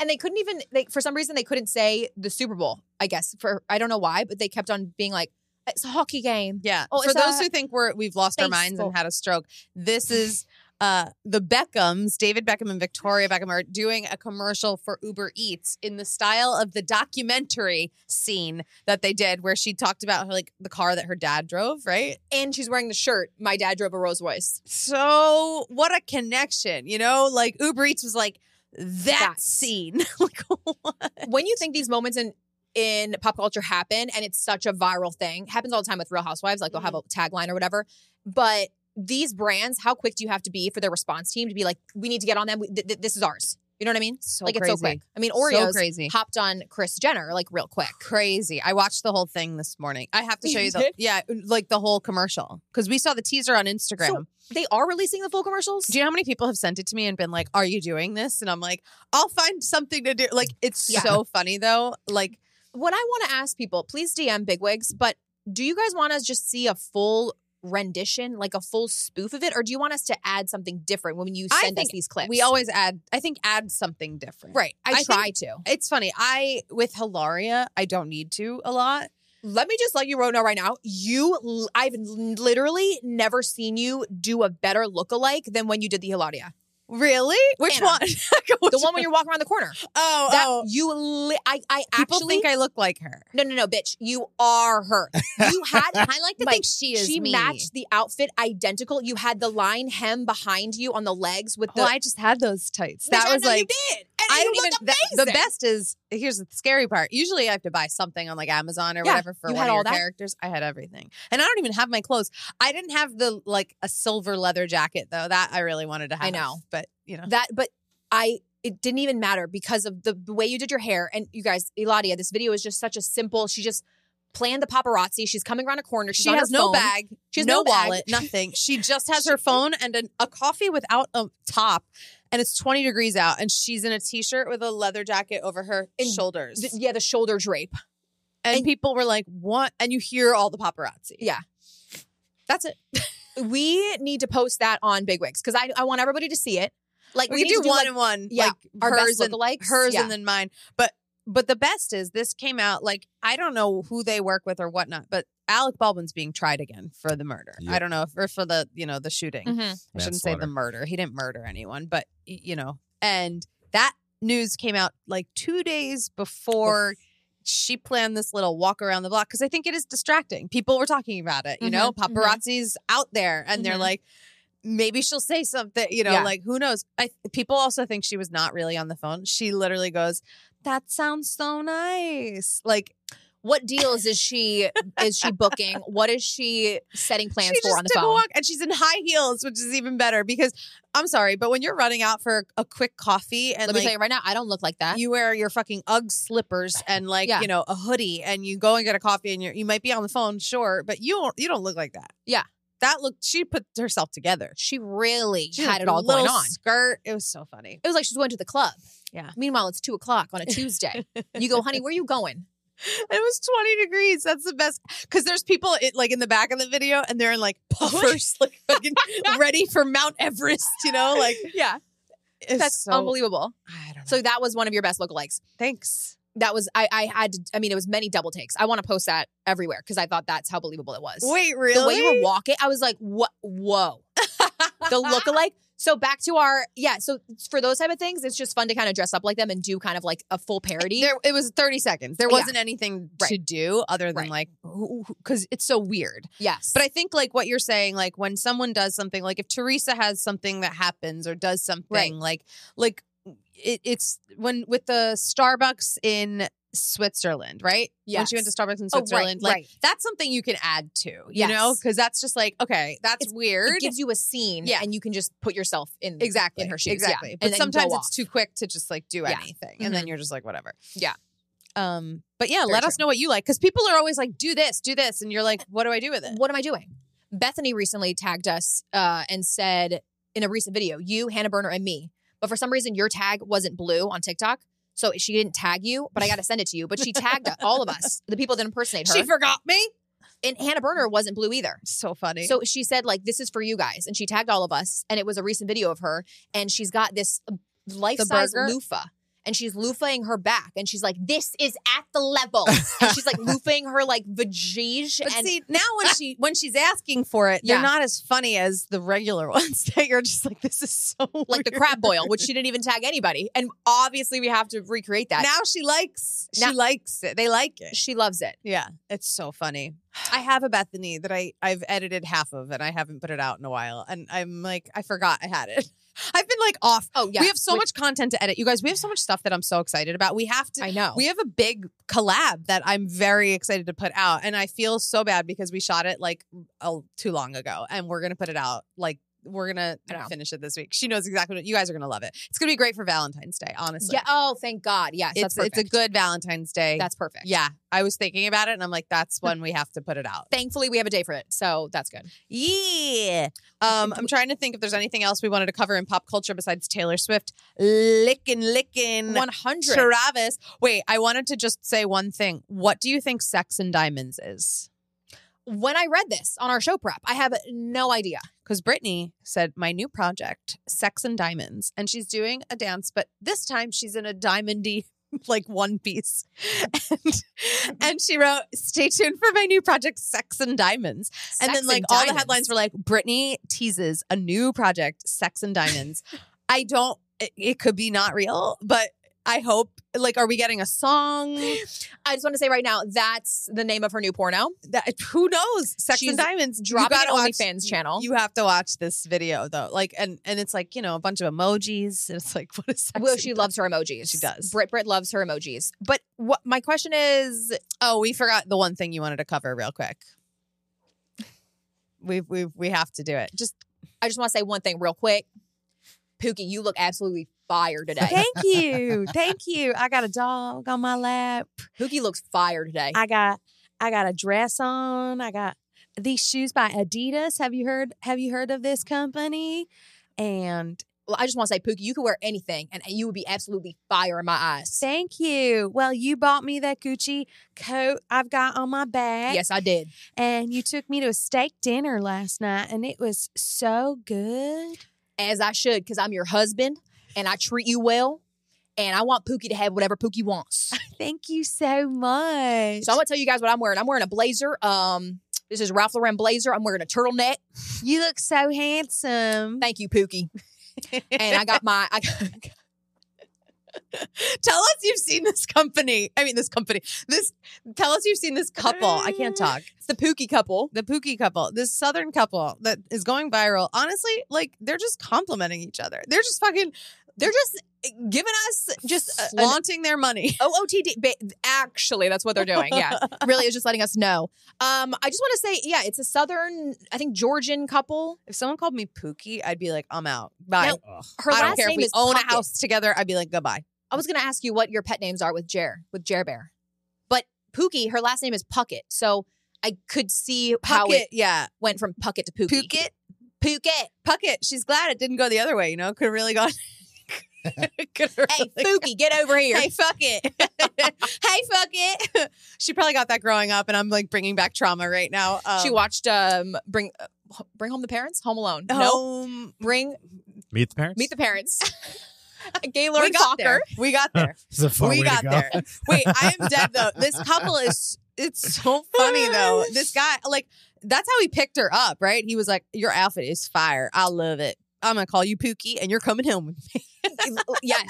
D: and they couldn't even. They for some reason they couldn't say the Super Bowl. I guess for I don't know why, but they kept on being like, it's a hockey game.
C: Yeah.
D: Oh,
C: For
D: it's
C: those
D: a
C: who think we're we've lost our minds
D: baseball.
C: and had a stroke, this is uh the Beckhams, David Beckham and Victoria Beckham are doing a commercial for Uber Eats in the style of the documentary scene that they did where she talked about her, like the car that her dad drove, right?
D: And she's wearing the shirt. My dad drove a Rolls Royce.
C: So what a connection, you know? Like Uber Eats was like that,
D: That.
C: scene. like what?
D: When you think these moments in in pop culture happen, and it's such a viral thing, happens all the time with Real Housewives. Like they'll have a
C: Mm-hmm.
D: tagline or whatever, but. These brands, how quick do you have to be for their response team to be like, we need to get on them. We, th- th- this is ours. You know what I mean?
C: So
D: like it's so quick. I mean,
C: So
D: Oreos
C: crazy.
D: hopped on Chris Jenner like real quick.
C: crazy. I watched the whole thing this morning. I have to show Oh, you
D: You
C: the
D: did?
C: yeah, like the whole commercial because we saw the teaser on Instagram.
D: So- They are releasing the full commercials.
C: do you know how many people have sent it to me and been like, "Are you doing this?" And I'm like, "I'll find something to do." Like it's
D: Yeah.
C: so funny though. Like
D: what I want to ask people, please DM Bigwigs, but do you guys want to just see a full rendition, like a full spoof of it, or do you want us to add something different when you
C: I
D: send us
C: think
D: these clips?
C: we always add, I think add something different.
D: right.
C: I
D: I,
C: think-
D: try to.
C: It's funny. I with Hilaria, I don't need to a lot.
D: Let me just let you know right now. You, l- I've l- literally never seen you do a better lookalike than when you did the Hilaria,
C: Really? Which
D: Anna.
C: one?
D: the one when you're walking around the corner.
C: Oh,
D: That
C: oh.
D: you, li- I, I
C: People
D: actually.
C: think I look like her.
D: no, no, no, bitch. You are her. You had.
C: I like to
D: Like,
C: think she is
D: she
C: me.
D: matched the outfit identical. You had the line hem behind you on the legs with the.
C: Well, I just had those tights.
D: Bitch,
C: That
D: I
C: was
D: know
C: like
D: you did. And
C: I
D: you
C: don't even.
D: looked
C: The, the
D: amazing.
C: best is here's the scary part. Usually, I have to buy something on like Amazon or
D: Yeah,
C: whatever for
D: you
C: one
D: had
C: of
D: all
C: your
D: that.
C: characters. I had everything, and I don't even have my clothes. I didn't have the like a silver leather jacket though. That I really wanted to have.
D: I know.
C: but you know,
D: that, but I. It didn't even matter because of the, the way you did your hair. And you guys, Eladia, this video is just such a simple. She just planned the paparazzi. She's coming around a corner. She's
C: she
D: on her
C: has no
D: phone.
C: bag.
D: She has
C: no,
D: no bag.
C: wallet. Nothing. She just has her phone and an, a coffee without a top. And it's 20 degrees out, and she's in a t shirt with a leather jacket over her
D: And
C: shoulders.
D: Th- yeah, the shoulder drape.
C: and
D: and-
C: people were like, What? And you hear all the paparazzi.
D: Yeah.
C: That's it.
D: We need to post that on Big Wigs because I, I want everybody to see it. Like
C: we,
D: we,
C: could
D: need
C: do,
D: to
C: one
D: like,
C: and one.
D: yeah,
C: like
D: our
C: hers
D: best
C: and
D: lookalikes.
C: hers
D: Yeah.
C: and then mine. But but the best is this came out like I don't know who they work with or whatnot, but Alec Baldwin's being tried again for the murder. I
E: Yep.
C: don't know if or for the you know the shooting.
D: Mm-hmm.
C: I shouldn't say the
E: Manslaughter.
C: murder. He didn't murder anyone, but y- you know, and that news came out like two days before she planned this little walk around the block because I think it is distracting. People were talking about it, you know,
D: Mhm, mhm.
C: paparazzi's out there, and they're
D: Mhm.
C: like. Maybe she'll say something, you know,
D: Yeah.
C: like who knows? I people also think she was not really on the phone. She literally goes, "That sounds so nice." Like
D: What deals is she is she booking? What is she setting plans
C: she
D: for
C: just
D: on the
C: took
D: phone?
C: a walk, and she's in high heels, which is even better because I'm sorry, but when you're running out for a quick coffee and
D: Let me
C: like,
D: tell you right now, I don't look like that.
C: you wear your fucking UGG slippers and like
D: Yeah.
C: you know a hoodie, and you go and get a coffee, and you you might be on the phone, sure, but you don't, you don't look like that.
D: Yeah.
C: that looked. She put herself together.
D: she really
C: She
D: had
C: a
D: it all going
C: little
D: on.
C: Skirt. It was so funny.
D: It was like she was going to the club.
C: Yeah.
D: Meanwhile, it's two o'clock on a Tuesday. you go, honey, where you going?
C: It was 20 degrees. That's the best because there's people it, like in the back of the video, and they're in like
D: Oh,
C: puffers, like fucking ready for Mount Everest. You know, like
D: Yeah,
C: it's
D: that's
C: so-
D: unbelievable.
C: I don't know.
D: So that was one of your best lookalikes.
C: thanks.
D: That was I. I had. To, I mean, it was many double takes. I want to post that everywhere because I thought that's how believable it was.
C: Wait, really?
D: The way you were walking, I was like, what? Whoa. the lookalike. So back to our yeah. So for those type of things, it's just fun to kind of dress up like them and do kind of like a full parody.
C: There, it was 30 seconds. There
D: Yeah.
C: wasn't anything to do other than
D: Right.
C: like, because it's so weird.
D: yes,
C: But I think like what you're saying, like when someone does something, like if Teresa has something that happens or does something,
D: Right.
C: like, like it, it's when with the Starbucks in Switzerland, right? When she went to
D: Yes.
C: Starbucks in
D: Oh, right,
C: Switzerland, like
D: right.
C: that's something you can add to, you know,
D: Yes.
C: because that's just like, okay, that's
D: It's-
C: weird.
D: it gives you a scene,
C: Yeah.
D: and you can just put yourself in
C: exactly
D: in her shoes,
C: exactly
D: Yeah.
C: but
D: and then
C: sometimes
D: go
C: it's
D: off.
C: too quick to just like do
D: Yeah. Mm-hmm.
C: anything and then you're just like whatever
D: Yeah.
C: um but yeah
D: Very
C: let us
D: true.
C: know what you like because people are always like do this do this and you're like what do i do with it
D: What am I doing? Bethany recently tagged us uh, and said in a recent video, you, Hannah Berner, and me. But for some reason, your tag wasn't blue on TikTok. So she didn't tag you, but I got to send it to you. But she tagged all of us, the people that impersonate her.
C: she forgot me
D: and Hannah
C: Mm.
D: Berner wasn't blue either.
C: so funny
D: So she said, like, this is for you guys. And she tagged all of us. And it was a recent video of her. And she's got this life size
C: burger?
D: loofah. And she's loofahing her back. And she's like, this is at the level. and she's like loofahing her like vajige.
C: but
D: and
C: see now when she when she's asking for it
D: Yeah.
C: they're not as funny as the regular ones that you're just like this is so
D: like the crab boil, which she didn't even tag anybody. And obviously, we have to recreate that.
C: now she likes
D: Now-
C: she likes it they like it
D: she loves it.
C: yeah it's so funny i have a bethany that i i've edited half of and i haven't put it out in a while and i'm like i forgot i had it i've been like off
D: Oh yeah,
C: We have so
D: Which-
C: much content to edit. You guys, we have so much stuff that I'm so excited about. We have to
D: I know.
C: we have a big collab that I'm very excited to put out and I feel so bad because we shot it like a, too long ago and we're going to put it out like we're going
D: I know.
C: to finish it this week. She knows exactly what you guys are going to love it. It's going to be great for Valentine's Day, honestly.
D: yeah. Oh, thank God. Yes, that's
C: it's
D: perfect.
C: it's a good Valentine's Day.
D: That's perfect.
C: Yeah, I was thinking about it and I'm like that's when we have to put it out.
D: Thankfully, we have a day for it, so that's good.
C: Yeah. Um, I'm trying to think if there's anything else we wanted to cover in pop culture besides Taylor Swift. Lickin' lickin'
D: One hundred.
C: Travis. Wait, I wanted to just say one thing. What do you think Sex and Diamonds is?
D: When I read this on our show prep, I have no idea.
C: Because Brittany said, My new project, Sex and Diamonds. And she's doing a dance, but this time she's in a diamondy, like one piece. And, and she wrote, Stay tuned for my new project, Sex and Diamonds. and
D: Sex
C: then, like, all the
D: diamonds.
C: headlines were like, Brittany teases a new project, Sex and Diamonds. I don't, it, it could be not real, but I hope, like, are we getting a song?
D: I just want to say right now, that's the name of her new porno.
C: that who knows sex
D: She's
C: and diamonds You
D: Dropping
C: gotta
D: an
C: watch-
D: OnlyFans channel.
C: you have to watch this video though like and and it's like you know a bunch of emojis and it's like what is sex
D: well,
C: and
D: she
C: Di-
D: loves her emojis.
C: She does.
D: Brit Brit loves her emojis. But what my question is,
C: oh we forgot the one thing you wanted to cover real quick we we we have to do it just
D: I just want to say one thing real quick. Pookie, you look absolutely fire today.
C: thank you thank you i got a dog on my lap
D: Pookie looks fire today.
C: i got i got a dress on i got these shoes by adidas have you heard have you heard of this company and
D: Well, I just want to say, Pookie, you could wear anything and you would be absolutely fire in my eyes.
C: Thank you. Well, you bought me that Gucci coat I've got on my back.
D: Yes, I did.
C: And you took me to a steak dinner last night, and it was so good.
D: As I should, because I'm your husband and I treat you well and I want Pookie to have whatever Pookie wants.
F: Thank you so much.
D: So I'm gonna tell you guys what I'm wearing. I'm wearing a blazer. Um, this is Ralph Lauren blazer. I'm wearing a turtleneck.
F: you look so handsome.
D: Thank you, Pookie. and I got my. I got,
C: Tell us you've seen this company. I mean, this company. This tell us you've seen this couple. I can't talk.
D: it's the Pookie couple.
C: The Pookie couple, this Southern couple that is going viral. Honestly, like they're just complimenting each other. They're just fucking. They're just eh, giving us just uh,
D: An-
C: flaunting their money.
D: OOTD. Ba- actually, that's what they're doing. Yeah, really is just letting us know. Um, I just want to say, yeah, it's a Southern, I think Georgian couple.
C: If someone called me Pookie, I'd be like, I'm out. Bye.
D: Now, Her
C: I
D: last
C: don't care if
D: name
C: we
D: is
C: own
D: Pocket.
C: a house together. I'd be like, goodbye.
D: I was gonna ask you what your pet names are with Jer with Jer Bear, but Pookie, her last name is Puckett, so I could see how
C: Puckett,
D: it
C: yeah.
D: went from Puckett to Pookie.
C: Pooket,
D: Pookie.
C: Puckett. She's glad it didn't go the other way. You know, could have really gone. could have
D: Hey,
C: really
D: Pookie, get over here.
C: Hey, fuck it. hey, fuck it. she probably got that growing up, and I'm like bringing back trauma right now. Um,
D: she watched um bring uh, Ho- bring home the parents, Home Alone. No,
C: home.
D: bring
E: Meet the parents.
D: meet the parents.
C: We
D: Gaylord
C: got
D: Cocker.
C: there. We got there.
E: It's a far
C: we
E: way
C: got
E: to go.
C: there. Wait, I am dead though. This couple is it's so funny though. This guy, like, that's how he picked her up, right? He was like, Your outfit is fire. I love it. I'm gonna call you Pookie and you're coming home with me.
D: oh, yes.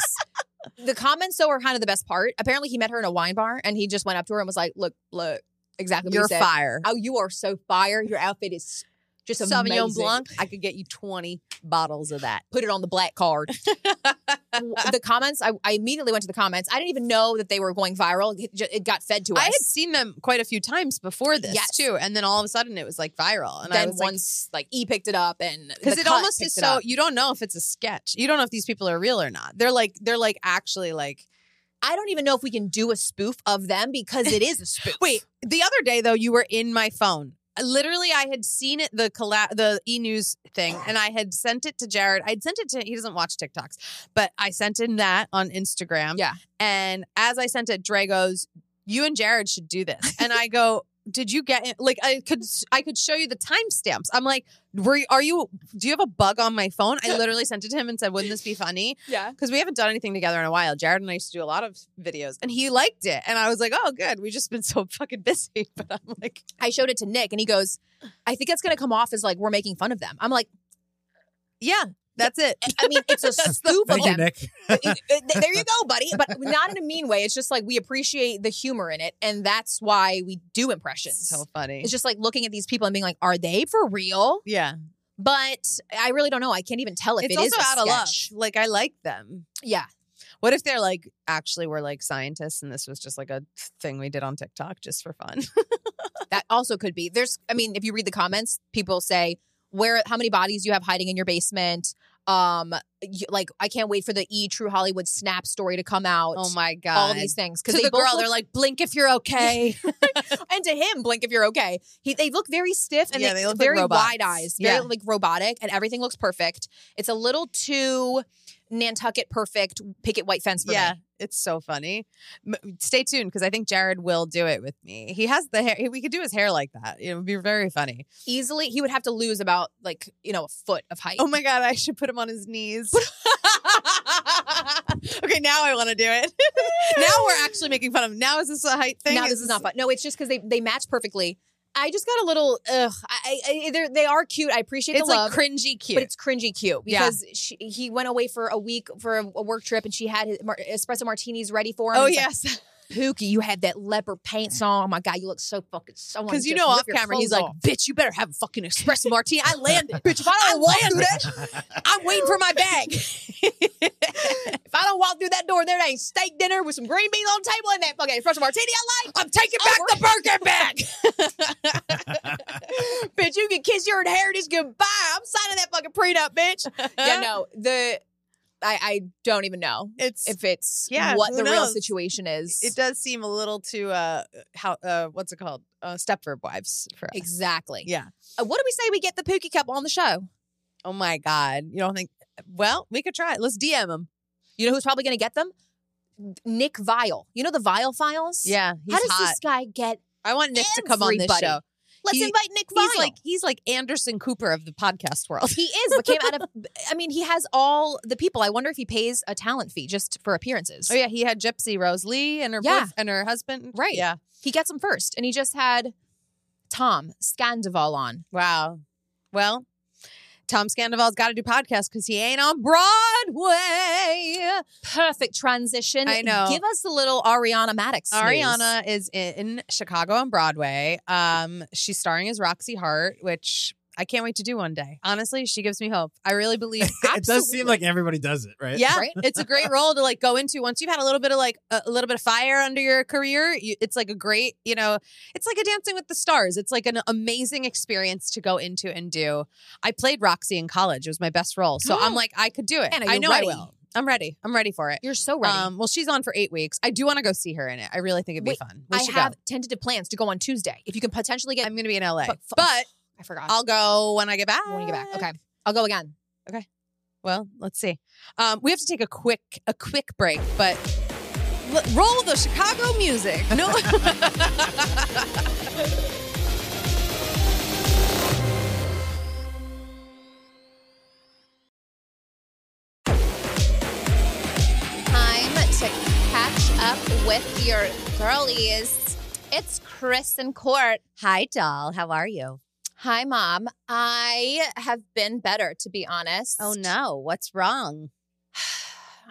D: The comments though are kind of the best part. Apparently, he met her in a wine bar and he just went up to her and was like, "Look, look, exactly. What you
C: You're
D: said.
C: fire.
D: Oh, you are so fire. Your outfit is just amazing.
C: Sauvignon Blanc, I could get you 20 bottles of that.
D: Put it on the black card. the comments. I, I immediately went to the comments. I didn't even know that they were going viral. It, ju- it got fed to us.
C: I had seen them quite a few times before this
D: Yes.
C: too, and then all of a sudden it was like viral, and I
D: then
C: was like,
D: once like, E picked it up and
C: because
D: The
C: it
D: Cut
C: almost
D: picked
C: is
D: it
C: so
D: up.
C: you don't know if it's a sketch, you don't know if these people are real or not. They're like they're like actually like
D: I don't even know if we can do a spoof of them because it is a spoof.
C: Wait, the other day though, you were in my phone. Literally, I had seen it the colla- the e news thing, and I had sent it to Jared. I'd sent it to he doesn't watch TikToks, but I sent him that on Instagram.
D: Yeah.
C: and as I sent it, Dre goes, "You and Jared should do this," and I go. Did you get it? Like I could, I could show you the timestamps. I'm like, were you, are you? Do you have a bug on my phone? I literally sent it to him and said, "Wouldn't this be funny?"
D: yeah.
C: because we haven't done anything together in a while. Jared and I used to do a lot of videos, and he liked it, and I was like, "Oh, good. We've just been so fucking busy." But I'm like,
D: I showed it to Nick and he goes, I think that's going to come off as like we're making fun of them. I'm like,
C: "Yeah, that's it."
D: I mean, it's a spoof of
E: Thank you,
D: them.
E: Nick.
D: there you go, buddy. But not in a mean way. It's just like we appreciate the humor in it. And that's why we do impressions.
C: So funny.
D: it's just like looking at these people and being like, are they for real?
C: yeah,
D: But I really don't know. I can't even tell if
C: it's
D: it
C: also
D: is a
C: out of love.
D: sketch.
C: Like I like them.
D: Yeah.
C: What if they're like actually we're like scientists, and this was just like a thing we did on TikTok just for fun?
D: That also could be. There's, I mean, if you read the comments, people say where, how many bodies you have hiding in your basement. Um, you, like I can't wait for the E True Hollywood snap story to come out.
C: oh my god!
D: all these things
C: to
D: because
C: the girl, they're like, "Blink if you're okay."
D: and to him, blink if you're okay. He, they look very stiff and
C: Yeah,
D: they,
C: they look like
D: very
C: robots.
D: wide eyes, very
C: Yeah.
D: like robotic, and everything looks perfect. It's a little too Nantucket perfect picket white fence for
C: yeah.
D: me.
C: It's so funny. M- stay tuned because I think Jared will do it with me. He has the hair. We could do his hair like that. It would be very funny.
D: Easily, he would have to lose about like you know a foot of height.
C: Oh my god, I should put him on his knees. okay, now I want to do it. now we're actually making fun of him. Now is this a height thing?
D: now this is not fun. No, it's just because they they match perfectly. I just got a little. Ugh, I, I they're- they are cute. I appreciate
C: It's
D: the love.
C: like cringy cute.
D: But it's cringy cute
C: Yeah.
D: because she, he went away for a week for a, a work trip and she had his mar- espresso martinis ready for him.
C: oh
D: He's like,
C: yes,
D: Pookie, you had that leopard pants on. Oh my god, you look so fucking so.
C: because you know off camera he's like, "Bitch, you better have a fucking espresso martini." I landed, bitch. If I don't land it, I'm waiting for my bag.
D: if I don't walk through that door, there ain't steak dinner with some green beans on the table and that fucking espresso martini. I like.
C: I'm taking back the burger bag.
D: bitch, you can kiss your inheritance goodbye. I'm signing that fucking prenup, bitch. yeah, no, the I I don't even know
C: It's
D: if it's
C: Yeah,
D: what
C: who
D: the real
C: knows?
D: situation is.
C: it does seem a little too uh how uh what's it called uh, Stepford Wives for us.
D: exactly.
C: Yeah.
D: Uh, What do we say we get the Pookie Cup on the show?
C: Oh my god, you don't think? Well, we could try it. Let's DM him.
D: You know who's probably going to get them? Nick Vile. You know the Vile Files?
C: Yeah, he's
D: How does
C: hot.
D: this guy get
C: I want Nick to come on this
D: Everybody.
C: show.
D: Let's
G: He-
D: invite Nick Vile.
G: He's like he's like Anderson Cooper of the podcast world.
D: he is, but came out of. I mean, he has all the people. I wonder if he pays a talent fee just for appearances.
G: Oh yeah, he had Gypsy Rose Lee and her
D: Yeah.
G: boyf- and her husband.
D: Right.
G: Yeah.
D: He gets them first, and he just had Tom Scandival on.
G: Wow. Well, Tom Scandival's got to do podcasts because he ain't on Broadway.
D: Perfect transition.
G: I know.
D: Give us a little Ariana Maddox. news.
G: Ariana is in Chicago on Broadway. Um, she's starring as Roxy Hart, which I can't wait to do one day. Honestly, she gives me hope. I really believe.
E: it does seem like everybody does it, right?
G: Yeah,
D: Right?
G: it's a great role to like go into once you've had a little bit of like a, a little bit of fire under your career. You, it's like a great, you know, it's like a Dancing with the Stars. It's like an amazing experience to go into and do. I played Roxy in college; it was my best role, so I'm like, I could do it.
D: Anna,
G: I
D: you're
G: know
D: ready.
G: I will. I'm ready. I'm ready for it.
D: You're so ready.
G: Um, well, she's on for eight weeks. I do want to go see her in it. I really think it'd be
D: Wait,
G: fun. We
D: I
G: should
D: have
G: Go.
D: tentative plans to go on Tuesday. If you can potentially get,
G: I'm going to be in LA,
D: But-
G: but,
D: I forgot.
G: I'll go when I get back.
D: when you get back. Okay, I'll go again.
G: Well, let's see. Um, we have to take a quick a quick break, but l- roll the Chicago music. No.
D: Time to catch up with your girlies. It's Chris and Court.
C: Hi, doll. How are you?
D: Hi, mom. I have been better, to be honest.
C: Oh no, what's wrong?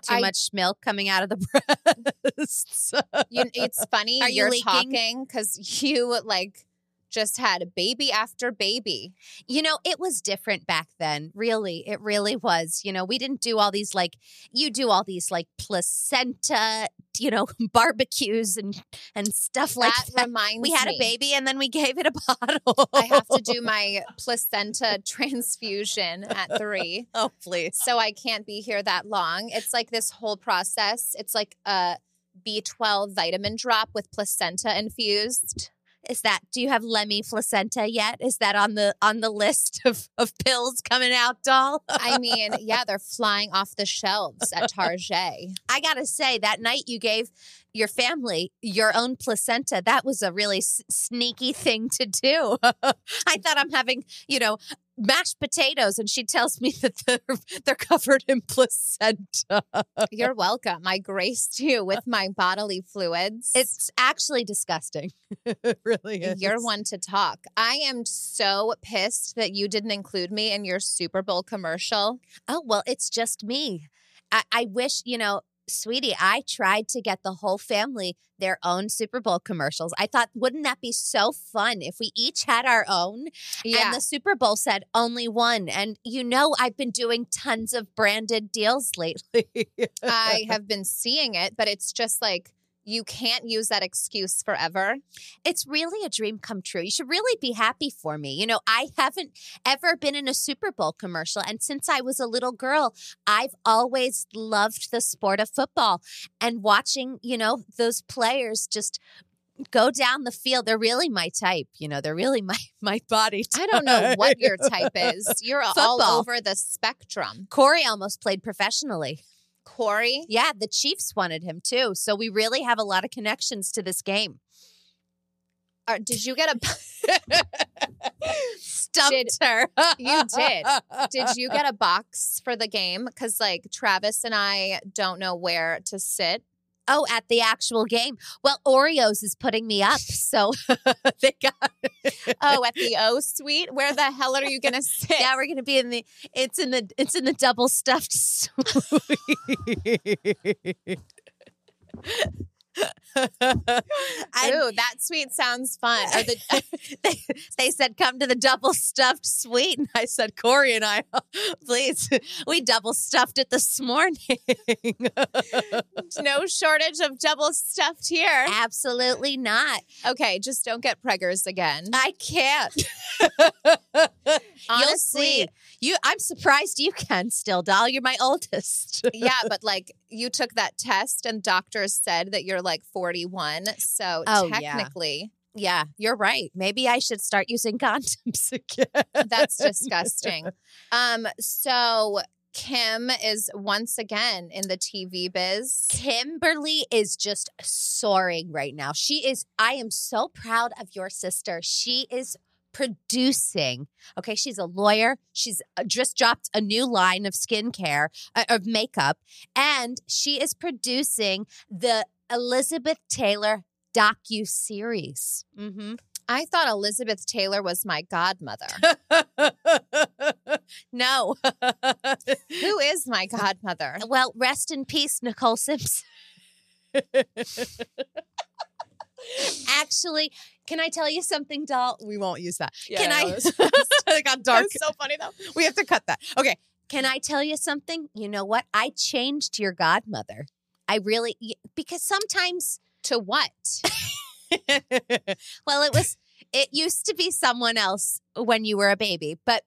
C: Too
D: I-
C: much milk coming out of the breasts.
D: You, it's funny
C: Are you
D: you're
C: leaking?
D: talking because you like just had baby after baby.
C: You know, it was different back then. Really, it really was. You know, we didn't do all these like you do all these like placenta, you know, barbecues and and stuff like
D: that,
C: that.
D: reminds
C: We had a
D: me.
C: baby and then we gave it a bottle.
D: I have to do my placenta transfusion at three.
G: oh, please.
D: So I can't be here that long. It's like this whole process. It's like a B12 vitamin drop with placenta infused.
C: Is that do you have Lemmy placenta yet? Is that on the on the list of, of pills coming out, doll?
D: I mean, yeah, they're flying off the shelves at Target.
C: I gotta say, that night you gave your family your own placenta, that was a really s- sneaky thing to do. I thought I'm having, you know, mashed potatoes, and she tells me that they're, they're covered in placenta.
D: You're welcome. I graced you with my bodily fluids.
C: It's actually disgusting.
G: It really is.
D: You're one to talk. I am so pissed that you didn't include me in your Super Bowl commercial.
C: Oh, well, it's just me. I, I wish, you know, sweetie, I tried to get the whole family their own Super Bowl commercials. I thought, wouldn't that be so fun if we each had our own?
D: Yeah.
C: And the Super Bowl said only one. And you know, I've been doing tons of branded deals lately.
D: I have been seeing it, but it's just like you can't use that excuse forever.
C: It's really a dream come true. You should really be happy for me. You know, I haven't ever been in a Super Bowl commercial. And since I was a little girl, I've always loved the sport of football and watching, you know, those players just go down the field. They're really my type. You know, they're really my, my body type.
D: I don't know what your type is. You're all
C: Football.
D: over the spectrum.
C: Corey almost played professionally.
D: Corey,
C: Yeah, the Chiefs wanted him too. So we really have a lot of connections to this game.
D: are, did you get a
C: Stumped
D: Did-
C: her.
D: you did. Did you get a box for the game? Cuz like Travis and I don't know where to sit.
C: Oh, at the actual game. Well, Oreos is putting me up, so they got.
D: Oh, at the O suite? Where the hell are you going to sit?
C: Yeah, we're gonna be in the. It's in the. It's in the double stuffed. suite. I,
D: Ooh, that suite sounds fun. Or the
C: they, they said, "Come to the double stuffed suite," and I said, "Corey and I, please, we double stuffed it this morning."
D: no shortage of double stuffed here.
C: Absolutely not.
D: Okay, just don't get preggers again.
C: I can't.
D: Honestly,
C: You'll see. You. I'm surprised you can still, doll. You're my oldest.
D: yeah, but like you took that test and doctors said that you're like 41. So
C: Oh, yeah.
D: technically,
C: Yeah, you're right. Maybe I should start using condoms again.
D: that's disgusting. Um, so Kim is once again in the TV biz.
C: Kimberly is just soaring right now. She is, I am so proud of your sister. She is producing. Okay, she's a lawyer. She's uh, just dropped a new line of skincare, uh, of makeup, and she is producing the Elizabeth Taylor docu series. Mm-hmm.
D: I thought Elizabeth Taylor was my godmother.
C: No,
D: Who is my godmother?
C: well, rest in peace, Nicole Simpson. Actually, can I tell you something, doll?
H: We won't use that.
D: Yeah,
H: Can
D: I
H: I?
D: know,
H: it got dark.
D: so funny though.
H: We have to cut that. Okay.
C: Can I tell you something? You know what? I changed your godmother. I really y- because sometimes
D: To what?
C: well it was it used to be someone else when you were a baby, but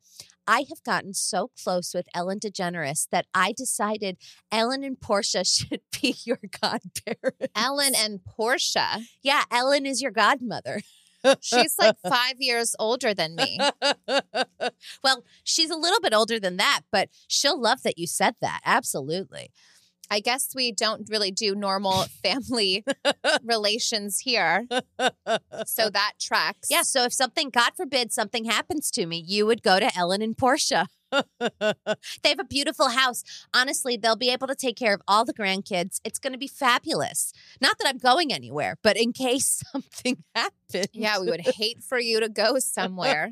C: I have gotten so close with Ellen DeGeneres that I decided Ellen and Portia should be your godparents.
D: Ellen and Portia.
C: Yeah, Ellen is your godmother.
D: She's like five years older than me.
C: Well, she's a little bit older than that, but she'll love that you said that. Absolutely.
D: I guess we don't really do normal family relations here. So that tracks.
C: Yeah, so if something, God forbid, something happens to me, you would go to Ellen and Portia. They have a beautiful house. Honestly, they'll be able to take care of all the grandkids. It's going to be fabulous. Not that I'm going anywhere, but in case something happens.
D: Yeah, we would hate for you to go somewhere.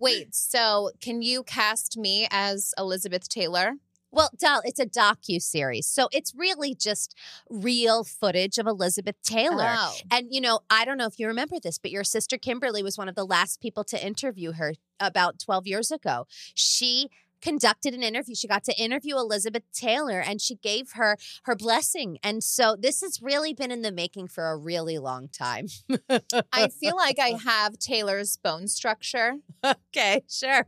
D: Wait, so can you cast me as Elizabeth Taylor?
C: Well, Dal, it's a docu series, so it's really just real footage of Elizabeth Taylor.
D: Oh.
C: And you know, I don't know if you remember this, but your sister Kimberly was one of the last people to interview her about 12 years ago. She conducted an interview. She got to interview Elizabeth Taylor and she gave her her blessing. And so this has really been in the making for a really long time.
D: I feel like I have Taylor's bone structure.
C: Okay, sure.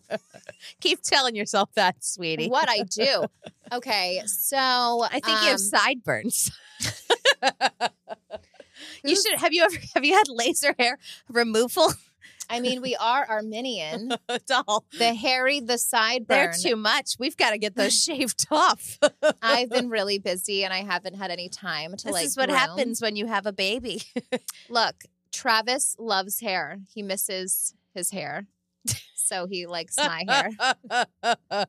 C: Keep telling yourself that, sweetie.
D: What I do. Okay, so
C: I think you have
D: um,
C: sideburns. you should have you ever have you had laser hair removal
D: I mean, we are Arminian.
C: doll?
D: The hairy, the sideburn.
C: They're too much. We've got to get those shaved off.
D: I've been really busy and I haven't had any time to
C: this
D: like.
C: is what
D: groom.
C: happens when you have a baby.
D: Look, Travis loves hair. He misses his hair, so he likes my hair.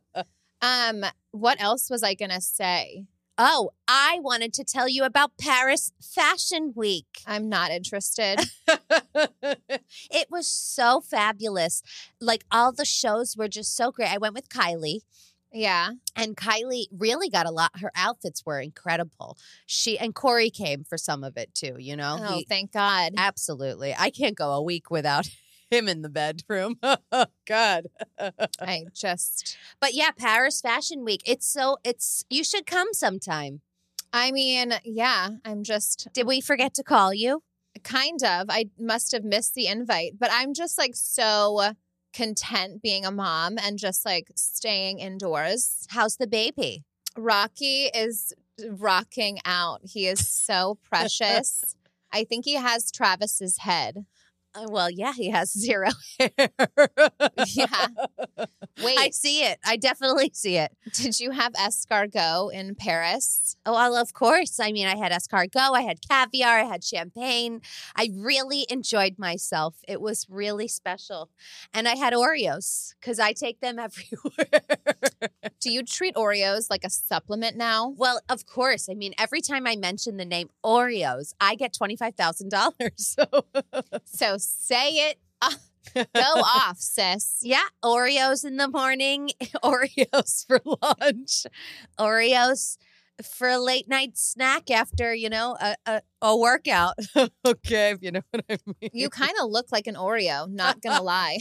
D: Um, what else was I gonna say?
C: Oh, I wanted to tell you about Paris Fashion Week.
D: I'm not interested.
C: It was so fabulous. Like all the shows were just so great. I went with Kylie.
D: yeah,
C: And Kylie really got a lot. Her outfits were incredible. She and Corey came for some of it too. You know,
D: oh,
C: He-
D: thank God.
C: absolutely. I can't go a week without him in the bedroom. Oh, God.
D: I just,
C: But yeah, Paris Fashion Week. It's so it's you should come sometime.
D: I mean, yeah, I'm just
C: Did we forget to call you?
D: kind of. I must have missed the invite, but I'm just like so content being a mom and just like staying indoors.
C: How's the baby?
D: Rocky is rocking out. He is so precious. I think he has Travis's head.
C: Uh, well, yeah, he has zero.
D: Yeah. Wait,
C: I see it. I definitely see it.
D: did you have escargot in Paris?
C: Oh, well, of course. I mean, I had escargot, I had caviar, I had champagne. I really enjoyed myself. It was really special. And I had Oreos because I take them everywhere.
D: Do you treat Oreos like a supplement now?
C: well, of course. I mean, every time I mention the name Oreos, I get $25,000. So,
D: So say it. uh, Go off, sis.
C: yeah, Oreos in the morning, Oreos for lunch, Oreos for a late night snack after, you know, a, a, a workout.
H: Okay, if you know what I mean.
D: You kind of look like an Oreo, not gonna lie.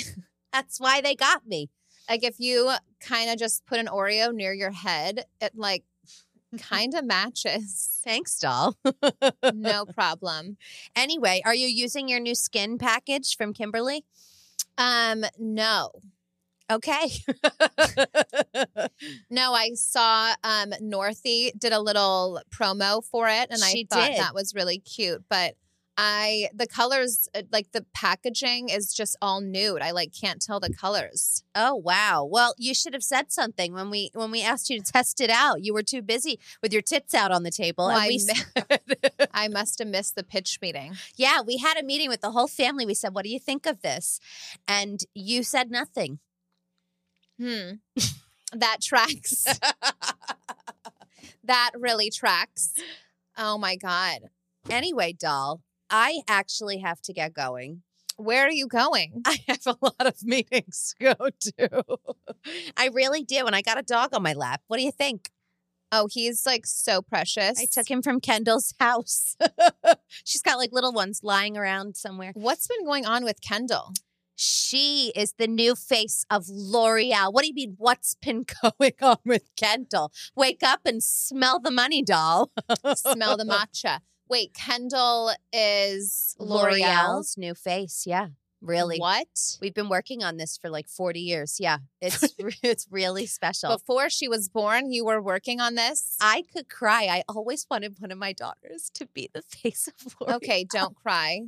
C: That's why they got me.
D: Like if you kind of just put an Oreo near your head, it like kind of matches.
C: Thanks, doll.
D: No problem.
C: Anyway, are you using your new skin package from Kimberly?
D: Um, no.
C: Okay.
D: No, I saw um Northy did a little promo for it and
C: She
D: I thought
C: did.
D: that was really cute, but I the colors uh, like the packaging is just all nude. I like can't tell the colors.
C: Oh wow. Well, you should have said something when we when we asked you to test it out. You were too busy with your tits out on the table.
D: Well,
C: and
D: I
C: we,
D: mi-
C: s-
D: I must have missed the pitch meeting.
C: yeah, we had a meeting with the whole family. We said, "What do you think of this?" And you said nothing.
D: Hmm. that tracks. that really tracks. Oh my god.
C: Anyway, doll, I actually have to get going.
D: Where are you going?
C: I have a lot of meetings to go to. I really do, and I got a dog on my lap. What do you think?
D: Oh, he's like so precious.
C: I took him from Kendall's house. She's got like little ones lying around somewhere.
D: What's been going on with Kendall?
C: She is the new face of L'Oreal. What do you mean? What's been going on with Kendall? Wake up and smell the money, doll.
D: Smell the matcha. Wait, Kendall is L'Oreal.
C: L'Oreal's new face. Yeah, really.
D: What?
C: We've been working on this for like 40 years. Yeah, it's it's really special.
D: Before she was born, you were working on this.
C: I could cry. I always wanted one of my daughters to be the face of L'Oreal.
D: Okay, don't cry.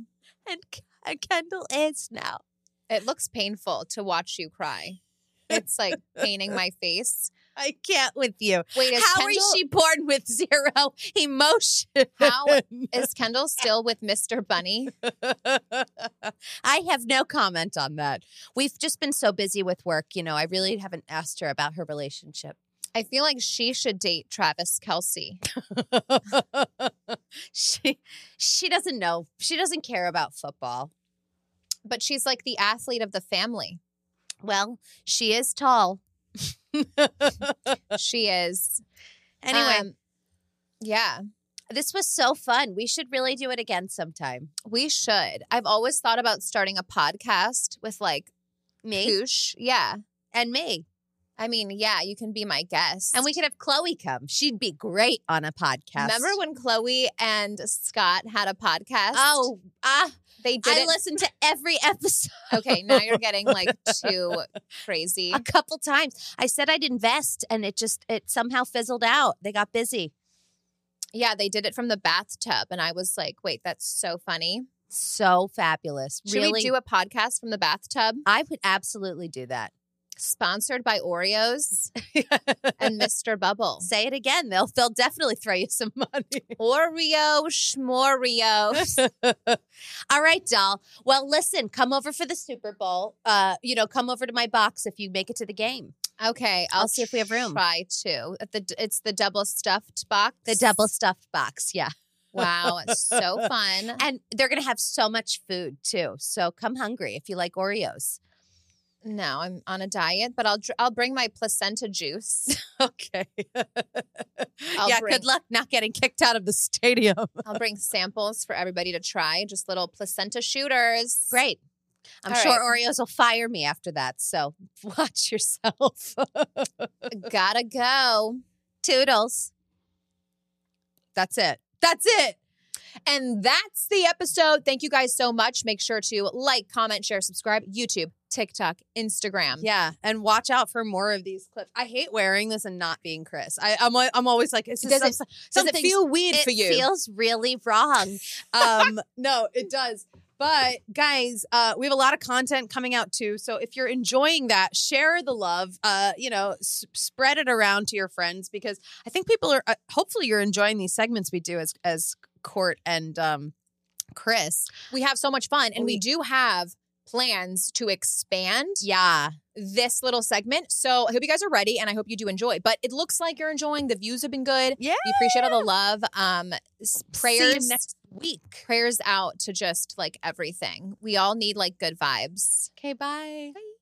C: and, and Kendall is now.
D: It looks painful to watch you cry. It's like painting my face.
C: I can't with you.
D: Wait, is
C: How is
D: Kendall,
C: she born with zero emotion?
D: how is Kendall still with Mr. Bunny?
C: I have no comment on that. We've just been so busy with work. You know, I really haven't asked her about her relationship.
D: I feel like she should date Travis Kelsey.
C: she she doesn't know. She doesn't care about football.
D: But she's like the athlete of the family.
C: Well, she is tall.
D: She is.
C: Anyway,
D: Um, yeah,
C: this was so fun. We should really do it again sometime.
D: we should. I've always thought about starting a podcast with like
C: Me
D: Poosh. Yeah.
C: and me.
D: I mean, yeah, you can be my guest.
C: And we could have Chloe come. She'd be great on a podcast.
D: remember when Chloe and Scott had a podcast?
C: Oh, ah,
D: they did
C: I
D: it.
C: listened to every episode.
D: Okay, now you're getting like too crazy.
C: a couple times. I said I'd invest and it just it somehow fizzled out. They got busy.
D: Yeah, they did it from the bathtub, and I was like, "Wait, that's so funny."
C: So fabulous.
D: Should
C: really
D: we do a podcast from the bathtub,
C: I would absolutely do that.
D: sponsored by Oreos and Mr. Bubble?
C: Say it again. They'll they'll definitely throw you some money.
D: Oreo Schmoreo.
C: All right, doll. Well, listen, come over for the Super Bowl. Uh, you know, come over to my box if you make it to the game.
D: Okay, I'll,
C: I'll see if we have room.
D: Try to. At The it's the double stuffed box.
C: The double stuffed box, yeah.
D: Wow, it's so fun.
C: And they're gonna have so much food too. So come hungry if you like Oreos.
D: No, I'm on a diet, but I'll dr- I'll bring my placenta juice.
C: Okay.
D: I'll
C: yeah,
D: bring-
C: good luck not getting kicked out of the stadium.
D: I'll bring samples for everybody to try, just little placenta shooters.
C: Great. I'm
D: All
C: sure Oreos will fire me after that. So watch yourself.
D: Gotta go.
C: Toodles. That's it. That's it.
D: And that's the episode. Thank you guys so much. Make sure to like, comment, share, subscribe, YouTube, TikTok, Instagram.
I: Yeah, and watch out for more of these clips. I hate wearing this and not being Chris. I, I'm al- I'm always like, is this
D: Does
I: some,
D: it- does it
I: something
D: feel
I: weird
C: it
I: for you?
C: feels really wrong.
I: um, no, it does. But guys, uh, we have a lot of content coming out too. So if you're enjoying that, share the love. Uh, you know, s- spread it around to your friends because I think people are. Uh, hopefully, you're enjoying these segments we do as as Court and um, Chris.
D: We have so much fun, and we,
I: We-
D: do have plans to expand
C: Yeah.
D: this little segment. So I hope you guys are ready, and I hope you do enjoy. But it looks like you're enjoying. The views have been good.
I: Yeah.
D: we appreciate all the love. Um, s- prayers
C: See you next week.
D: prayers out to just like everything. We all need like good vibes.
C: Okay, bye. Bye.